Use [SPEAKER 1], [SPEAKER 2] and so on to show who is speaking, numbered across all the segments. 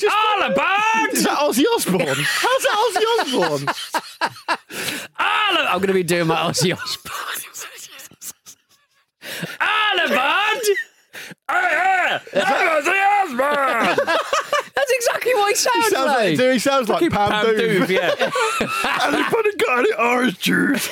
[SPEAKER 1] Alabama!
[SPEAKER 2] Is that Ozzy Osbourne? How's that Ozzy Osbourne?
[SPEAKER 1] Alabama! I'm going to be doing my Ozzy Osbourne. Alabama! Hey, hey! I'm Ozzy Osbourne! That's exactly what he sounds,
[SPEAKER 2] He sounds like, dude, he sounds like
[SPEAKER 1] Fucking
[SPEAKER 2] Pam,
[SPEAKER 1] Pam
[SPEAKER 2] Doom.
[SPEAKER 1] Doom, yeah.
[SPEAKER 2] Anybody got any orange juice?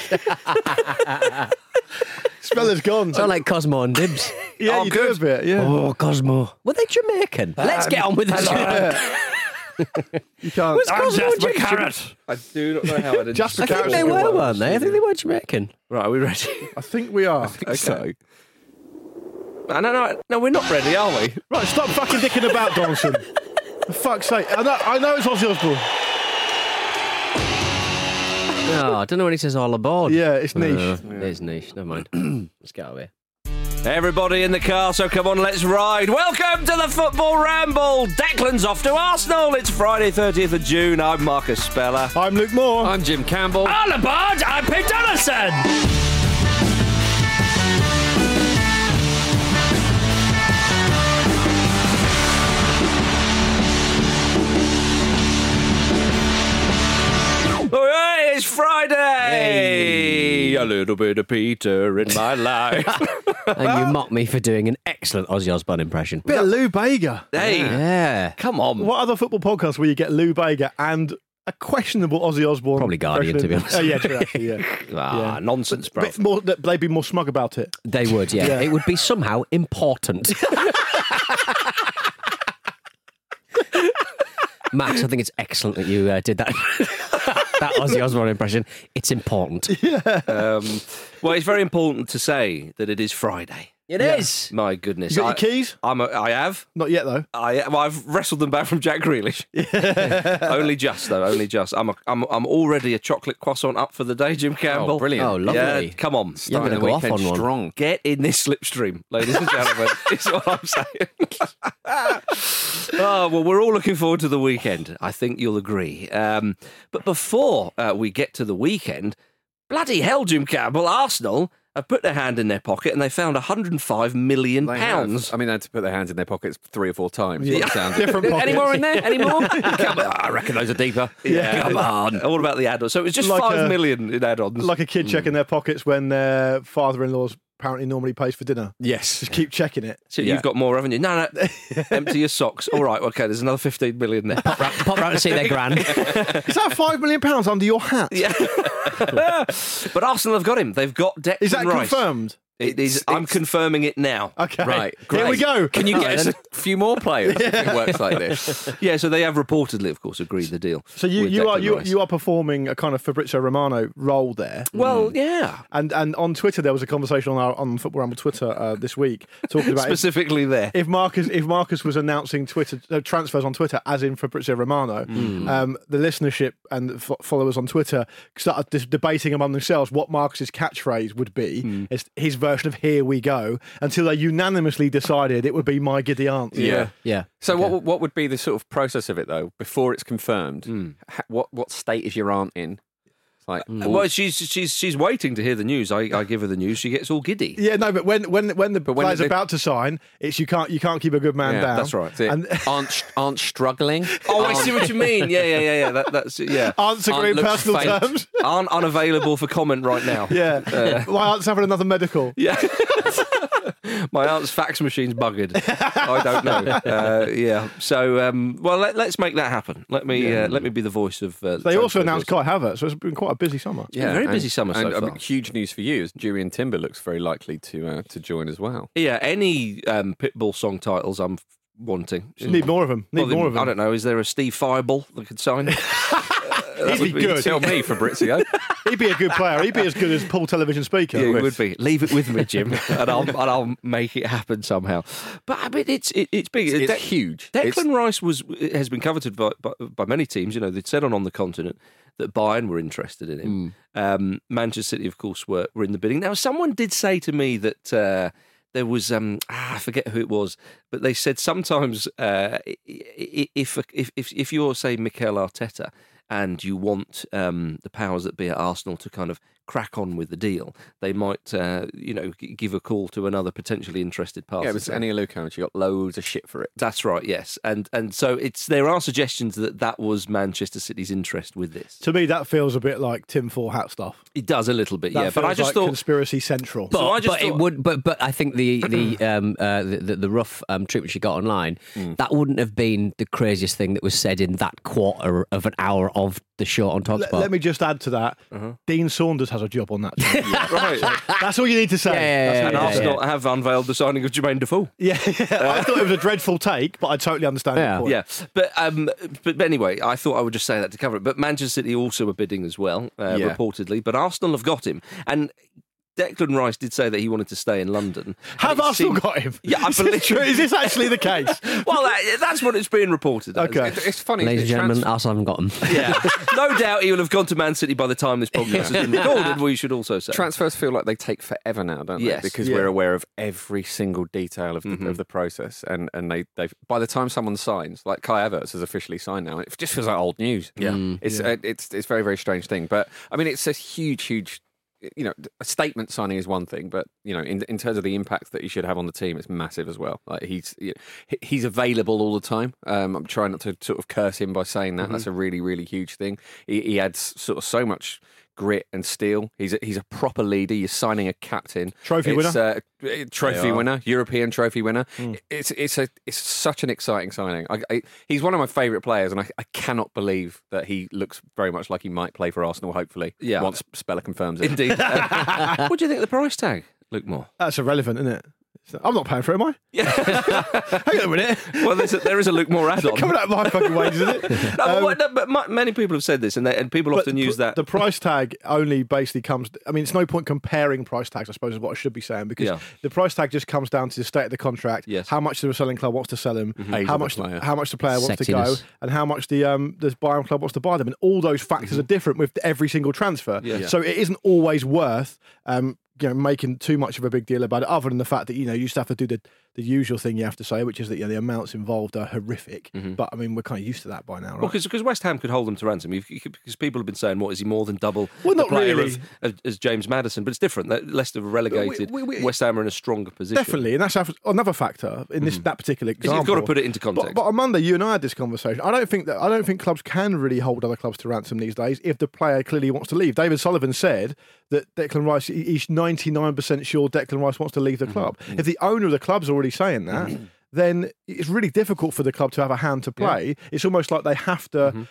[SPEAKER 2] Smell is gone.
[SPEAKER 1] Sound like Cosmo and Dibs.
[SPEAKER 2] yeah, you do a bit. Yeah,
[SPEAKER 1] Oh, Cosmo. Were they Jamaican?
[SPEAKER 3] Uh,
[SPEAKER 1] Let's get on with this.
[SPEAKER 2] you can't.
[SPEAKER 1] Was Cosmo Jamaican?
[SPEAKER 3] I do not know how I did.
[SPEAKER 2] Jasper
[SPEAKER 1] I think
[SPEAKER 2] Carrot's
[SPEAKER 1] they
[SPEAKER 2] good
[SPEAKER 1] were,
[SPEAKER 2] one.
[SPEAKER 1] weren't they? I think they were Jamaican.
[SPEAKER 3] Right, are we ready?
[SPEAKER 2] I think we are.
[SPEAKER 3] so. No, no, no, no, we're not ready, are we?
[SPEAKER 2] Right, stop fucking dicking about, Donaldson. For fuck's sake. I know, I know it's Ozzy Osbourne.
[SPEAKER 1] No, I don't know when he says all aboard.
[SPEAKER 2] Yeah, it's niche.
[SPEAKER 1] Uh, It is niche. Never mind. Let's get out of here.
[SPEAKER 3] Everybody in the car, so come on, let's ride. Welcome to the Football Ramble. Declan's off to Arsenal. It's Friday, 30th of June. I'm Marcus Speller.
[SPEAKER 2] I'm Luke Moore.
[SPEAKER 4] I'm Jim Campbell.
[SPEAKER 1] All aboard! I'm Pete Donaldson!
[SPEAKER 3] All right, it's Friday. A little bit of Peter in my life.
[SPEAKER 1] And you mock me for doing an excellent Ozzy Osbourne impression.
[SPEAKER 2] Bit of Lou Bega.
[SPEAKER 3] hey,
[SPEAKER 1] Yeah.
[SPEAKER 3] come on.
[SPEAKER 2] What other football podcast where you get Lou Bega and a questionable Ozzy Osbourne?
[SPEAKER 1] Probably Guardian, to be honest.
[SPEAKER 2] Oh, yeah, true, actually, yeah.
[SPEAKER 3] Ah,
[SPEAKER 2] Yeah.
[SPEAKER 3] nonsense, bro.
[SPEAKER 2] Bit more, they'd be more smug about it.
[SPEAKER 1] They would, yeah.
[SPEAKER 2] Yeah.
[SPEAKER 1] It would be somehow important. Max, I think it's excellent that you uh, did that. that Ozzy Osbourne impression. It's important. It
[SPEAKER 3] Um, well, it's very important to say that it is Friday.
[SPEAKER 1] is.
[SPEAKER 3] My goodness.
[SPEAKER 2] You got
[SPEAKER 3] I,
[SPEAKER 2] your keys?
[SPEAKER 3] I'm a, I have.
[SPEAKER 2] Not yet, though.
[SPEAKER 3] I, well, I've wrestled them back from Jack Grealish. only just though, only just. I'm, a, I'm I'm already a chocolate croissant up for the day, Jim Campbell.
[SPEAKER 4] Oh, brilliant.
[SPEAKER 1] Oh, lovely.
[SPEAKER 3] Yeah, come on,
[SPEAKER 1] You're
[SPEAKER 4] Starting
[SPEAKER 1] going to
[SPEAKER 4] the
[SPEAKER 1] go off on
[SPEAKER 4] weekend
[SPEAKER 1] one.
[SPEAKER 4] strong.
[SPEAKER 3] get in this slipstream, ladies and gentlemen. is what I'm saying. oh well, we're all looking forward to the weekend. I think you'll agree. Um, but before uh, we get to the weekend, bloody hell, Jim Campbell, Arsenal have put their hand in their pocket and they found 105 million
[SPEAKER 4] They have.
[SPEAKER 3] pounds.
[SPEAKER 4] I mean, they had to put their hands in their pockets three or four times. Yeah.
[SPEAKER 2] Different pockets.
[SPEAKER 3] Any more in there? Any more? Come on.
[SPEAKER 4] I reckon those are deeper.
[SPEAKER 3] Yeah,
[SPEAKER 4] Come on.
[SPEAKER 3] All about the add-ons. So it was just
[SPEAKER 2] Like
[SPEAKER 3] five
[SPEAKER 2] a-
[SPEAKER 3] million in add-ons.
[SPEAKER 2] Like a
[SPEAKER 4] Mm.
[SPEAKER 2] kid checking their pockets when their father-in-law's apparently normally pays for dinner.
[SPEAKER 4] Yes.
[SPEAKER 2] Just keep checking it.
[SPEAKER 3] so
[SPEAKER 4] yeah.
[SPEAKER 3] you've got more, haven't you? No, no. Empty your socks. All right. Okay. There's another fifteen million there.
[SPEAKER 1] Pop round, pop round and see their grand.
[SPEAKER 2] Is that five million pounds under your hat?
[SPEAKER 3] yeah. but Arsenal have got him. They've got Declan
[SPEAKER 2] Is that
[SPEAKER 3] Rice.
[SPEAKER 2] confirmed?
[SPEAKER 3] It is.
[SPEAKER 4] It's-
[SPEAKER 3] I'm
[SPEAKER 4] it's-
[SPEAKER 3] confirming it now.
[SPEAKER 2] Okay.
[SPEAKER 4] Right.
[SPEAKER 2] Here we
[SPEAKER 4] great.
[SPEAKER 2] go.
[SPEAKER 4] Can you
[SPEAKER 1] All
[SPEAKER 4] get
[SPEAKER 1] right,
[SPEAKER 4] us a few more players if it works like this?
[SPEAKER 3] Yeah. So they have reportedly, of course, agreed the deal.
[SPEAKER 2] So you,
[SPEAKER 3] with
[SPEAKER 2] you are
[SPEAKER 3] Declan
[SPEAKER 2] you,
[SPEAKER 3] Rice.
[SPEAKER 2] you are performing a kind of Fabrizio Romano role there.
[SPEAKER 3] Well,
[SPEAKER 2] Hmm.
[SPEAKER 3] yeah.
[SPEAKER 2] And and on Twitter there was a conversation on our on Football Ramble Twitter uh, this week talking about if,
[SPEAKER 3] Specifically there.
[SPEAKER 2] if Marcus if Marcus was announcing Twitter uh, transfers on Twitter as in Fabrizio Romano, um, the listenership and f- followers on Twitter started dis- debating among themselves what Marcus's catchphrase would be as his version of "Here we go" until they unanimously decided it would be "My giddy aunt."
[SPEAKER 1] Yeah.
[SPEAKER 4] So what what would be the sort of process of it though before it's confirmed? Ha- What what state is your aunt in? It's like
[SPEAKER 3] Well, she's she's she's waiting to hear the news. I, I give her the news. She gets all giddy.
[SPEAKER 2] Yeah, no, but when when when the
[SPEAKER 4] when
[SPEAKER 2] player's
[SPEAKER 4] they-
[SPEAKER 2] about to sign, it's you can't you can't keep a good man
[SPEAKER 4] Yeah,
[SPEAKER 2] down.
[SPEAKER 3] that's right.
[SPEAKER 4] That's it.
[SPEAKER 2] And-
[SPEAKER 4] aren't sh- aren't struggling?
[SPEAKER 3] Oh, I
[SPEAKER 4] Aren't-
[SPEAKER 3] see what you mean. Yeah, yeah, yeah, yeah. That, that's yeah.
[SPEAKER 2] Answer
[SPEAKER 4] Aunt
[SPEAKER 2] in
[SPEAKER 4] looks
[SPEAKER 2] personal
[SPEAKER 4] faint.
[SPEAKER 2] terms.
[SPEAKER 3] Aren't unavailable for comment right now. Uh,
[SPEAKER 2] Yeah. My aunt's having another medical.
[SPEAKER 3] Yeah. My aunt's fax machine's buggered. I don't know. Uh, yeah. So, um, well, let, let's make that happen. Let me uh, let me be the voice of. Uh,
[SPEAKER 2] They
[SPEAKER 3] transfer
[SPEAKER 2] also announced
[SPEAKER 3] deals.
[SPEAKER 2] Kai Havertz, so it's been quite a busy summer.
[SPEAKER 3] been a very busy summer so
[SPEAKER 4] and, um,
[SPEAKER 3] far.
[SPEAKER 4] huge news for you is Durian Timber looks very likely to uh, to join as well.
[SPEAKER 3] Yeah. Any um, Pitbull song titles I'm wanting.
[SPEAKER 2] Need more of them. Need
[SPEAKER 3] Well,
[SPEAKER 2] more of them.
[SPEAKER 3] I don't know. Is there a Steve Fireball that could sign?
[SPEAKER 2] He'd be
[SPEAKER 4] You
[SPEAKER 2] good.
[SPEAKER 4] Tell me, Fabrizio.
[SPEAKER 2] He'd he'd be a good player. He'd be as good as Paul Television Speaker.
[SPEAKER 3] Yeah, it would be. Leave it with me, Jim, and I'll and I'll make it happen somehow. But I mean, it's it, it's big.
[SPEAKER 4] It's
[SPEAKER 3] Dec-
[SPEAKER 4] huge.
[SPEAKER 3] Declan
[SPEAKER 4] It's-
[SPEAKER 3] Rice was has been coveted by, by by many teams. You know, they'd said on on the continent that Bayern were interested in him.
[SPEAKER 4] Hmm.
[SPEAKER 3] Um, Manchester City, of course, were were in the bidding. Now, someone did say to me that. Uh, there was um ah, I forget who it was, but they said sometimes uh, i- i- if if if if you're say Mikel Arteta and you want um, the powers that be at Arsenal to kind of crack on with the deal, they might uh, you know g- give a call to another potentially interested party.
[SPEAKER 4] Yeah, it was Annie Luco, and she got loads of shit for it.
[SPEAKER 3] That's right, yes, and and so it's there are suggestions that that was Manchester City's interest with this.
[SPEAKER 2] To me, that feels a bit like Tim Four hat stuff.
[SPEAKER 3] It does a little bit,
[SPEAKER 2] That
[SPEAKER 3] yeah, but I
[SPEAKER 2] feels
[SPEAKER 3] just
[SPEAKER 2] like
[SPEAKER 3] thought.
[SPEAKER 2] conspiracy central.
[SPEAKER 3] but I just
[SPEAKER 1] but it
[SPEAKER 3] thought-
[SPEAKER 1] would, but but I think the the um uh, the, the the rough um, treatment she got online
[SPEAKER 3] Hmm.
[SPEAKER 1] that wouldn't have been the craziest thing that was said in that quarter of an hour of the show on Talksport.
[SPEAKER 2] let, let me just add to that. Dean Saunders has a job on that. team.
[SPEAKER 3] Right,
[SPEAKER 2] That's all you need to say.
[SPEAKER 1] Yeah, yeah,
[SPEAKER 3] and
[SPEAKER 1] yeah,
[SPEAKER 3] Arsenal have unveiled the signing of Jermaine Defoe.
[SPEAKER 2] yeah. I thought it was a dreadful take, but I totally understand.
[SPEAKER 1] Yeah.
[SPEAKER 2] Yeah. Point.
[SPEAKER 3] Yeah, but um, but anyway, I thought I would just say that to cover it. But Manchester City also were bidding as well, uh,
[SPEAKER 4] Yeah.
[SPEAKER 3] reportedly. But Arsenal have got him, and Declan Rice did say that he wanted to stay in London.
[SPEAKER 2] Have
[SPEAKER 3] And it
[SPEAKER 2] Arsenal
[SPEAKER 3] seemed-
[SPEAKER 2] got him?
[SPEAKER 3] Yeah, I
[SPEAKER 2] is this,
[SPEAKER 3] believe-
[SPEAKER 2] true? Is this actually the case?
[SPEAKER 3] Well, that, that's what it's being reported. as.
[SPEAKER 2] Okay.
[SPEAKER 4] It's funny,
[SPEAKER 1] Ladies and
[SPEAKER 4] the
[SPEAKER 1] gentlemen,
[SPEAKER 4] transfer-
[SPEAKER 1] Arsenal haven't got them.
[SPEAKER 3] Yeah, no doubt he will have gone to Man City by the time this podcast has been recorded. We should also say
[SPEAKER 4] transfers feel like they take forever now, don't
[SPEAKER 3] Yes.
[SPEAKER 4] they? Because
[SPEAKER 2] Yeah. Mm-hmm.
[SPEAKER 4] we're aware of every single detail of the, of the process, and and they they by the time someone signs, like Kai Havertz has officially signed now, it just feels like old news. Yeah, it's uh it's it's very very strange thing, but I mean, it's a huge huge. You know, a statement signing is one thing, but you know, in in terms of the impact that he should have on the team, it's massive as well. Like he's you know, he- he's available all the time. Um, I'm trying not to sort of curse him by saying that.
[SPEAKER 2] Mm-hmm.
[SPEAKER 4] That's a really really huge thing. He, he adds sort of so much grit and steel. He's a, he's a proper leader. You're signing a captain,
[SPEAKER 2] Trophy
[SPEAKER 4] It's,
[SPEAKER 2] winner?
[SPEAKER 4] uh, a trophy winner, European trophy winner. It's it's a it's such an exciting signing. I, I, he's one of my favourite players, and I, I cannot believe that he looks very much like he might play for Arsenal. Hopefully,
[SPEAKER 3] Yeah.
[SPEAKER 4] Once Speller confirms it,
[SPEAKER 3] indeed. Uh, what do you think of the price tag, Luke Moore?
[SPEAKER 2] That's irrelevant, isn't it? So- I'm not paying for it, am I? Hang on a minute.
[SPEAKER 3] Well, there's a, there is a Luke Moore add-on.
[SPEAKER 2] Coming out of my fucking wages, isn't it?
[SPEAKER 3] No, but, what- no, but mu- many people have said this, and, they, and people often
[SPEAKER 2] the
[SPEAKER 3] use
[SPEAKER 2] pr-
[SPEAKER 3] that.
[SPEAKER 2] The price tag only basically comes. I mean, it's no point comparing price tags. I suppose is what I should be saying because
[SPEAKER 3] Yeah.
[SPEAKER 2] the price tag just comes down to the state of the contract.
[SPEAKER 3] Yes. Mm-hmm.
[SPEAKER 2] How much the selling club wants to sell him.
[SPEAKER 4] Age
[SPEAKER 2] How
[SPEAKER 4] of the
[SPEAKER 2] much?
[SPEAKER 4] player.
[SPEAKER 2] how much the player wants to go,
[SPEAKER 1] Sexiness.
[SPEAKER 2] and how much the um the buying club wants to buy them. And all those factors
[SPEAKER 3] Mm-hmm.
[SPEAKER 2] are different with every single transfer.
[SPEAKER 3] Yeah.
[SPEAKER 2] So it isn't always worth um. You know, making too much of a big deal about it, other than the fact that you know you just have to do the, the usual thing you have to say, which is that you know, the amounts involved are horrific.
[SPEAKER 3] Mm-hmm.
[SPEAKER 2] But I mean, we're kind of used to that by now, right?
[SPEAKER 3] Well, because West Ham could hold them to ransom. You- you could- Because people have been saying, "What is he more than double
[SPEAKER 2] Well,
[SPEAKER 3] the
[SPEAKER 2] not
[SPEAKER 3] player
[SPEAKER 2] really.
[SPEAKER 3] of, of- as James Madison?" But it's different. Le- Leicester were relegated.
[SPEAKER 2] we- we-
[SPEAKER 3] West Ham are in a stronger position.
[SPEAKER 2] Definitely, and that's another factor in
[SPEAKER 3] Mm-hmm.
[SPEAKER 2] this that particular example.
[SPEAKER 3] You've got to put it into
[SPEAKER 2] But,
[SPEAKER 3] context.
[SPEAKER 2] but on Monday, you and I had this conversation. I don't think that I don't think clubs can really hold other clubs to ransom these days if the player clearly wants to leave. David Sullivan said that Declan Rice, he- he's ninety nine percent sure Declan Rice wants to leave
[SPEAKER 3] Mm-hmm.
[SPEAKER 2] the club. If the owner of the club's already saying that, then it's really difficult for the club to have a hand to play. It's almost like they have to.
[SPEAKER 3] Mm-hmm.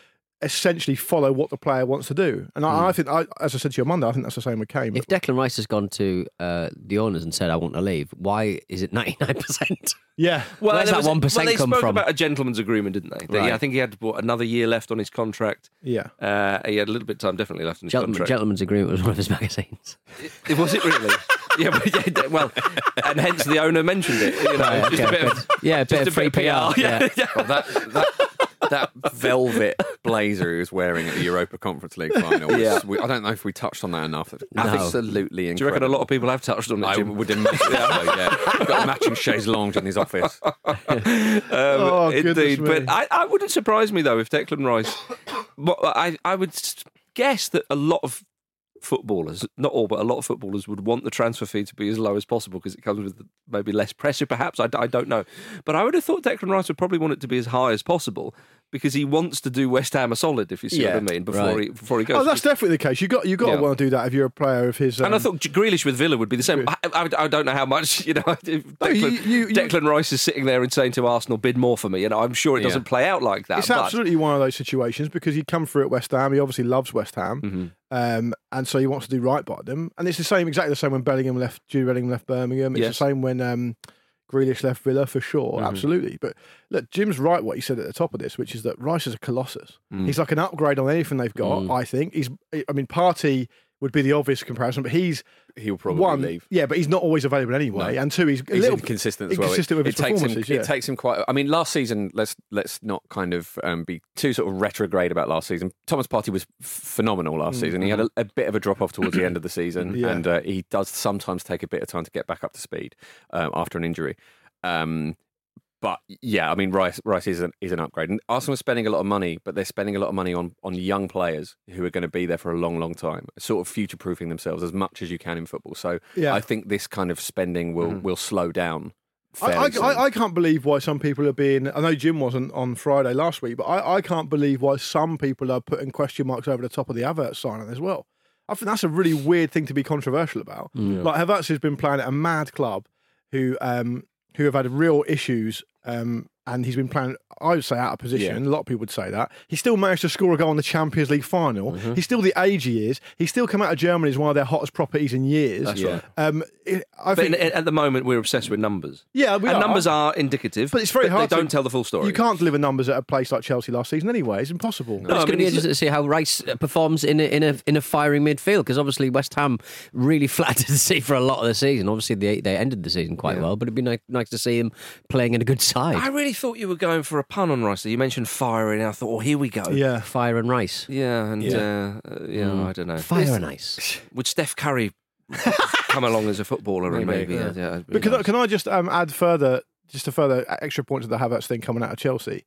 [SPEAKER 2] Essentially, follow what the player wants to do, and I, I
[SPEAKER 3] Mm.
[SPEAKER 2] think, I, as I said to you on Monday, I think that's the same with Kane.
[SPEAKER 1] If Declan Rice has gone to uh, the owners and said, "I want to leave," why is it ninety nine percent?
[SPEAKER 2] yeah,
[SPEAKER 3] Well,
[SPEAKER 1] Where's
[SPEAKER 3] there
[SPEAKER 1] that
[SPEAKER 3] was-
[SPEAKER 1] 1%
[SPEAKER 3] well, they
[SPEAKER 1] come
[SPEAKER 3] spoke
[SPEAKER 1] from?
[SPEAKER 3] about a gentleman's agreement, didn't they? That- yeah, I think he had what, another year left on his contract.
[SPEAKER 2] yeah.
[SPEAKER 3] Uh, he had a little bit of time definitely left on his
[SPEAKER 1] Gentleman,
[SPEAKER 3] contract.
[SPEAKER 1] Gentleman's Agreement was one of his magazines.
[SPEAKER 3] It was it really? yeah, but, yeah, d- well, and hence the owner mentioned it. You know,
[SPEAKER 1] Right,
[SPEAKER 3] just a
[SPEAKER 1] okay,
[SPEAKER 3] bit of,
[SPEAKER 1] but- yeah, a bit
[SPEAKER 3] just
[SPEAKER 1] of free PR, yeah.
[SPEAKER 4] Well, that that that velvet blazer he was wearing at the Europa Conference League final. was-
[SPEAKER 3] Yeah.
[SPEAKER 4] we- I don't know if we touched on that enough.
[SPEAKER 1] No.
[SPEAKER 4] Absolutely incredible.
[SPEAKER 3] Do you reckon a lot of people have touched on it?
[SPEAKER 4] I
[SPEAKER 3] Jim?
[SPEAKER 4] would imagine. yeah, yeah. Got a matching chaise lounge in his office.
[SPEAKER 3] Um,
[SPEAKER 2] Oh, goodness
[SPEAKER 3] indeed,
[SPEAKER 2] me.
[SPEAKER 3] but I, I wouldn't surprise me though if Declan Rice. Well, I I would s- guess that a lot of footballers, not all, but a lot of footballers would want the transfer fee to be as low as possible because it comes with maybe less pressure, perhaps. I, d- I don't know, but I would have thought Declan Rice would probably want it to be as high as possible because he wants to do West Ham a solid, if you see
[SPEAKER 4] Yeah,
[SPEAKER 3] what I mean, before
[SPEAKER 1] right.
[SPEAKER 3] he before he goes.
[SPEAKER 2] Oh, that's definitely the case. You got you got
[SPEAKER 3] Yeah.
[SPEAKER 2] to want to do that if you're a player of his. Um,
[SPEAKER 3] and I thought Grealish with Villa would be the same. I, I, I don't know how much, you know, if Declan,
[SPEAKER 2] you- you- you-
[SPEAKER 3] Declan Rice is sitting there and saying to Arsenal, bid more for me. You know, I'm sure it doesn't play out like that.
[SPEAKER 2] it's
[SPEAKER 4] Uh,
[SPEAKER 3] but-
[SPEAKER 2] absolutely one of those situations because he come through at West Ham. He obviously loves West Ham,
[SPEAKER 4] Mm-hmm.
[SPEAKER 2] um, and so he wants to do right by them. And it's the same, exactly the same when Bellingham left, Jude Bellingham left Birmingham. It's
[SPEAKER 3] Yes.
[SPEAKER 2] the same when um, Grealish left Villa for sure,
[SPEAKER 4] Mm-hmm.
[SPEAKER 2] absolutely. But look, Jim's right what he said at the top of this, which is
[SPEAKER 4] Mm.
[SPEAKER 2] that Rice is a colossus. He's like an upgrade on anything they've got. I think he's. I mean, Party. would be the obvious comparison, but he's
[SPEAKER 4] He'll probably
[SPEAKER 2] one,
[SPEAKER 4] leave.
[SPEAKER 2] Yeah, but he's not always available anyway. And two, he's a
[SPEAKER 4] he's
[SPEAKER 2] little
[SPEAKER 4] inconsistent as well.
[SPEAKER 2] inconsistent with his
[SPEAKER 4] takes him.
[SPEAKER 2] performances. yeah.
[SPEAKER 4] It takes him quite. I mean, last season, let's let's not kind of um, be too sort of retrograde about last season. Thomas Party was f- phenomenal last season. He had a, a bit of a drop off towards the end of the season,
[SPEAKER 2] Mm. Mm-hmm. Yeah.
[SPEAKER 4] and uh, he does sometimes take a bit of time to get back up to speed um, after an injury. Um, but yeah, I mean, Rice Rice is an, is an upgrade, and Arsenal are spending a lot of money, but they're spending a lot of money on on young players who are going to be there for a long, long time, sort of future proofing themselves as much as you can in football. So
[SPEAKER 2] Yeah. Mm-hmm.
[SPEAKER 4] I think this kind of spending will will slow down.
[SPEAKER 2] I, I,
[SPEAKER 4] fairly
[SPEAKER 2] I- I can't believe why some people are being. I know Jim wasn't on Friday last week, but I, I can't believe why some people are putting question marks over the top of the Havertz signing as well. I think that's a really weird thing to be controversial about.
[SPEAKER 3] Mm,
[SPEAKER 2] Like Havertz has been playing at a mad club, who um, who have had real issues, um, and he's been playing. I would say out of position. A lot of people would say that he still managed to score a goal in the Champions League final.
[SPEAKER 3] Mm-hmm.
[SPEAKER 2] He's still the age he is. He's still come out of Germany as one of their hottest properties in years.
[SPEAKER 3] That's right.
[SPEAKER 2] Um, it, I
[SPEAKER 3] But
[SPEAKER 2] think
[SPEAKER 3] in, at the moment, we're obsessed with numbers.
[SPEAKER 2] Yeah, we
[SPEAKER 3] and
[SPEAKER 2] are.
[SPEAKER 3] numbers are indicative,
[SPEAKER 2] But it's very hard.
[SPEAKER 3] They
[SPEAKER 2] to-
[SPEAKER 3] don't tell the full story.
[SPEAKER 2] You can't deliver numbers at a place like Chelsea last season anyway. It's impossible.
[SPEAKER 3] No,
[SPEAKER 1] it's
[SPEAKER 3] I
[SPEAKER 1] going
[SPEAKER 3] mean,
[SPEAKER 1] to be
[SPEAKER 3] it's-
[SPEAKER 1] interesting to see how Rice uh, performs in a, in a in a firing midfield because obviously West Ham really flattered the sea for a lot of the season. Obviously they they ended the season quite well, but it'd be nice nice to see him playing in a good side.
[SPEAKER 3] I really thought you were going for a pun on Rice. You mentioned fire, and I thought, oh, here we go.
[SPEAKER 2] Yeah. Mm.
[SPEAKER 1] Fire and Rice,
[SPEAKER 3] Yeah, and yeah, uh, yeah I don't know.
[SPEAKER 1] fire and ice.
[SPEAKER 3] Would Steph Curry come along as a footballer? Maybe. maybe uh, yeah. yeah, it'd be
[SPEAKER 2] But can, I,
[SPEAKER 3] nice.
[SPEAKER 2] can I just um, add further, just a further extra point to the Havertz thing coming out of Chelsea?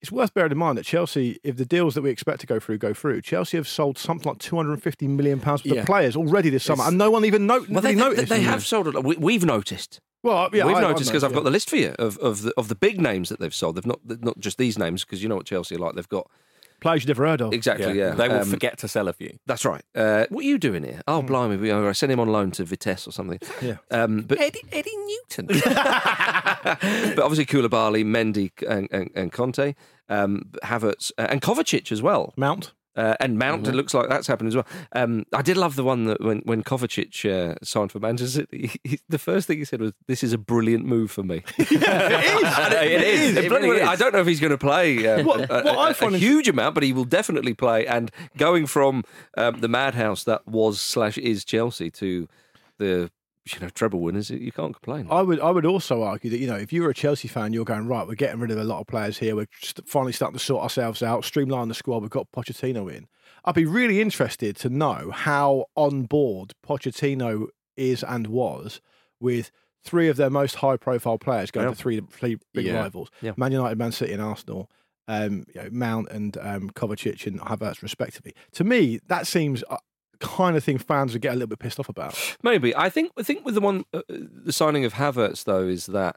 [SPEAKER 2] It's worth bearing in mind that Chelsea, if the deals that we expect to go through go through, Chelsea have sold something like two hundred and fifty million pounds for the
[SPEAKER 4] Yeah.
[SPEAKER 2] players already this summer, and no one even no-
[SPEAKER 3] well,
[SPEAKER 2] really
[SPEAKER 3] they, they,
[SPEAKER 2] noticed.
[SPEAKER 3] they have sold a lot. We, we've noticed.
[SPEAKER 2] Well, yeah,
[SPEAKER 3] We've
[SPEAKER 2] I-
[SPEAKER 3] noticed because I've
[SPEAKER 2] noticed,
[SPEAKER 3] got the list for you of, of the of the big names that they've sold. They've not they've not just these names because you know what Chelsea are like. They've got
[SPEAKER 2] yeah. players you've never heard of.
[SPEAKER 3] exactly yeah.
[SPEAKER 4] They will
[SPEAKER 3] Um,
[SPEAKER 4] forget to sell a few.
[SPEAKER 3] That's right. Uh, what are you doing here? Oh, blimey! We, I sent him on loan to Vitesse or something.
[SPEAKER 2] Hmm. Yeah.
[SPEAKER 3] Um, but Eddie, Eddie Newton. but obviously Koulibaly, Mendy, and, and, and Conte, um, Havertz, uh, and Kovacic as well.
[SPEAKER 2] Mount.
[SPEAKER 3] Uh, and Mount, it looks like that's happened as well. Um, I did love the one that when, when Kovacic uh, signed for Manchester City, he, he- the first thing he said was, This is a brilliant move for me. And it- it is. It bloody well- I don't know if he's going to play um,
[SPEAKER 2] What-
[SPEAKER 3] a,
[SPEAKER 2] what I
[SPEAKER 3] a- a
[SPEAKER 2] find is-
[SPEAKER 3] huge amount, but he will definitely play. And going from um, the madhouse that was slash is Chelsea to the you know treble winners, you can't complain.
[SPEAKER 2] I would, I would also argue that you know, if you're a Chelsea fan, you're going right. We're getting rid of a lot of players here. We're st- finally starting to sort ourselves out, streamline the squad. We've got Pochettino in. I'd be really interested to know how on board Pochettino is and was with three of their most high-profile players going to three, three big
[SPEAKER 4] Yeah.
[SPEAKER 2] rivals:
[SPEAKER 3] Yeah.
[SPEAKER 2] Man United, Man City, and Arsenal. Um, you know, Mount and um, Kovacic and Havertz, respectively. To me, that seems. Uh, kind of thing fans would get a little bit pissed off about.
[SPEAKER 3] Maybe I think I think with the one uh, the signing of Havertz though is that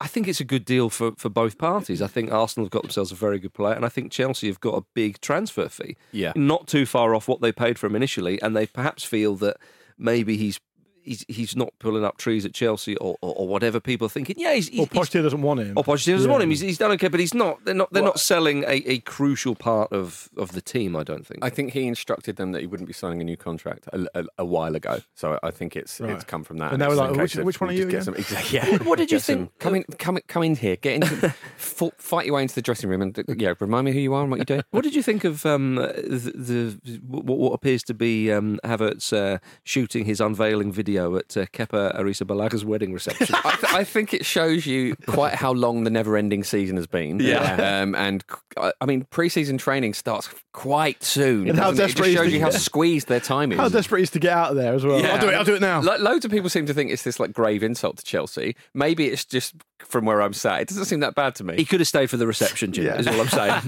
[SPEAKER 3] I think it's a good deal for, for both parties. I think Arsenal have got themselves a very good player, and I think Chelsea have got a big transfer fee.
[SPEAKER 4] Yeah.
[SPEAKER 3] not too far off what they paid for him initially, and they perhaps feel that maybe he's he's he's not pulling up trees at Chelsea or or, or whatever people are thinking. Yeah, he's, he's
[SPEAKER 2] Or Pochettino doesn't want him.
[SPEAKER 3] Or Pochettino doesn't
[SPEAKER 2] Yeah.
[SPEAKER 3] want him. He's, he's done okay, but he's not. They're not. They're
[SPEAKER 4] Well,
[SPEAKER 3] not selling a, a crucial part of, of the team. I don't think.
[SPEAKER 4] I think he instructed them that he wouldn't be signing a new contract a, a, a while ago. So I think it's
[SPEAKER 2] Right.
[SPEAKER 4] it's come from that.
[SPEAKER 2] And they were
[SPEAKER 4] it's
[SPEAKER 2] like,
[SPEAKER 4] in
[SPEAKER 2] "Which-
[SPEAKER 4] case of
[SPEAKER 2] which one
[SPEAKER 4] we
[SPEAKER 2] are you
[SPEAKER 4] just get some- exactly, yeah.
[SPEAKER 3] What- what did you
[SPEAKER 4] Get some-
[SPEAKER 3] think?
[SPEAKER 4] Come in, come, come in here. Get into, f- fight your way into the dressing room, and yeah, remind me who you are and what you do.
[SPEAKER 3] What did you think of um, the, the what, what appears to be um, Havertz uh, shooting his unveiling video at uh, Kepa Arrizabalaga's wedding reception?
[SPEAKER 4] I, th- I think it shows you quite how long the never-ending season has been.
[SPEAKER 3] Yeah.
[SPEAKER 4] um, and c- I- I mean, pre-season training starts quite soon.
[SPEAKER 2] And how
[SPEAKER 4] doesn't it? It
[SPEAKER 2] desperate
[SPEAKER 4] just
[SPEAKER 2] he
[SPEAKER 4] shows
[SPEAKER 2] is
[SPEAKER 4] you
[SPEAKER 2] to-
[SPEAKER 4] how squeezed their time is.
[SPEAKER 2] How desperate he is to get out of there as well.
[SPEAKER 4] Yeah.
[SPEAKER 2] I'll do it. I'll do it now.
[SPEAKER 4] Lo- loads of people seem to think it's this like grave insult to Chelsea. Maybe it's just from where I'm sat. It doesn't seem that bad to me.
[SPEAKER 3] he could have stayed for the reception, Jim. Is all I'm saying.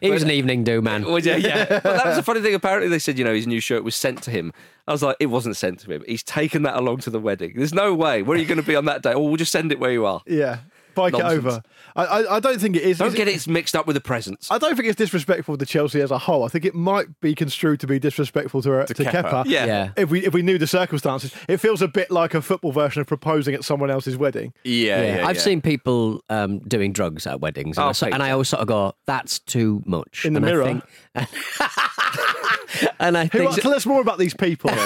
[SPEAKER 1] He
[SPEAKER 3] uh,
[SPEAKER 1] was an evening do man.
[SPEAKER 3] Well, yeah, yeah. but that was a funny thing. Apparently, they said you know his new shirt was sent to him. I was like, it wasn't sent to him. He's taken that along to the wedding. There's no way. Where are you going to be on that day? Or we'll just send it where you are.
[SPEAKER 2] Yeah, bike
[SPEAKER 3] Nonsense.
[SPEAKER 2] it over. I, I, I don't think it is.
[SPEAKER 3] Don't
[SPEAKER 2] is
[SPEAKER 3] get it mixed up with the presents.
[SPEAKER 2] I don't think it's disrespectful to Chelsea as a whole. I think it might be construed to be disrespectful to, uh, to,
[SPEAKER 4] Kepa.
[SPEAKER 2] Kepa.
[SPEAKER 3] Yeah.
[SPEAKER 1] Yeah.
[SPEAKER 2] If we if we knew the circumstances, it feels a bit like a football version of proposing at someone else's wedding.
[SPEAKER 4] yeah, yeah,
[SPEAKER 1] I've
[SPEAKER 4] yeah.
[SPEAKER 1] seen people um, doing drugs at weddings, and,
[SPEAKER 3] Oh,
[SPEAKER 1] I, so-
[SPEAKER 3] Pete.
[SPEAKER 1] and I always sort of go, "That's too much."
[SPEAKER 2] In the
[SPEAKER 1] and I
[SPEAKER 2] mirror.
[SPEAKER 1] think- and I
[SPEAKER 2] Who, uh,
[SPEAKER 1] think
[SPEAKER 2] tell us more about these people.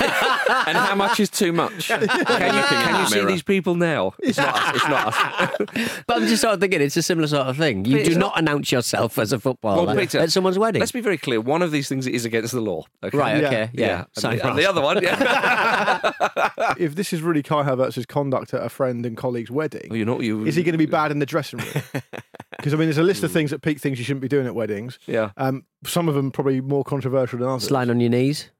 [SPEAKER 4] And how much is too much?
[SPEAKER 3] Can you, can you see
[SPEAKER 4] Mirror.
[SPEAKER 3] these people now? It's not us. It's not us.
[SPEAKER 1] But I'm just sort of thinking it's a similar sort of thing. You
[SPEAKER 3] Peter-
[SPEAKER 1] do not announce yourself as a footballer
[SPEAKER 3] Well, Peter,
[SPEAKER 1] at someone's wedding.
[SPEAKER 3] Let's be very clear. One of these things is against the law. Okay?
[SPEAKER 1] Right,
[SPEAKER 2] Yeah.
[SPEAKER 1] okay. Yeah.
[SPEAKER 3] Yeah.
[SPEAKER 1] Sign
[SPEAKER 3] And, the, and
[SPEAKER 1] Ross.
[SPEAKER 3] the other one. Yeah.
[SPEAKER 2] if this is really Kai Havertz's conduct at a friend and colleague's wedding,
[SPEAKER 3] well, you know you.
[SPEAKER 2] is he going to be bad in the dressing room? Because I mean, there's a list of things that Pete thinks you shouldn't be doing at weddings.
[SPEAKER 3] Yeah.
[SPEAKER 2] Um, some of them probably more controversial than others.
[SPEAKER 1] Slide on your knees.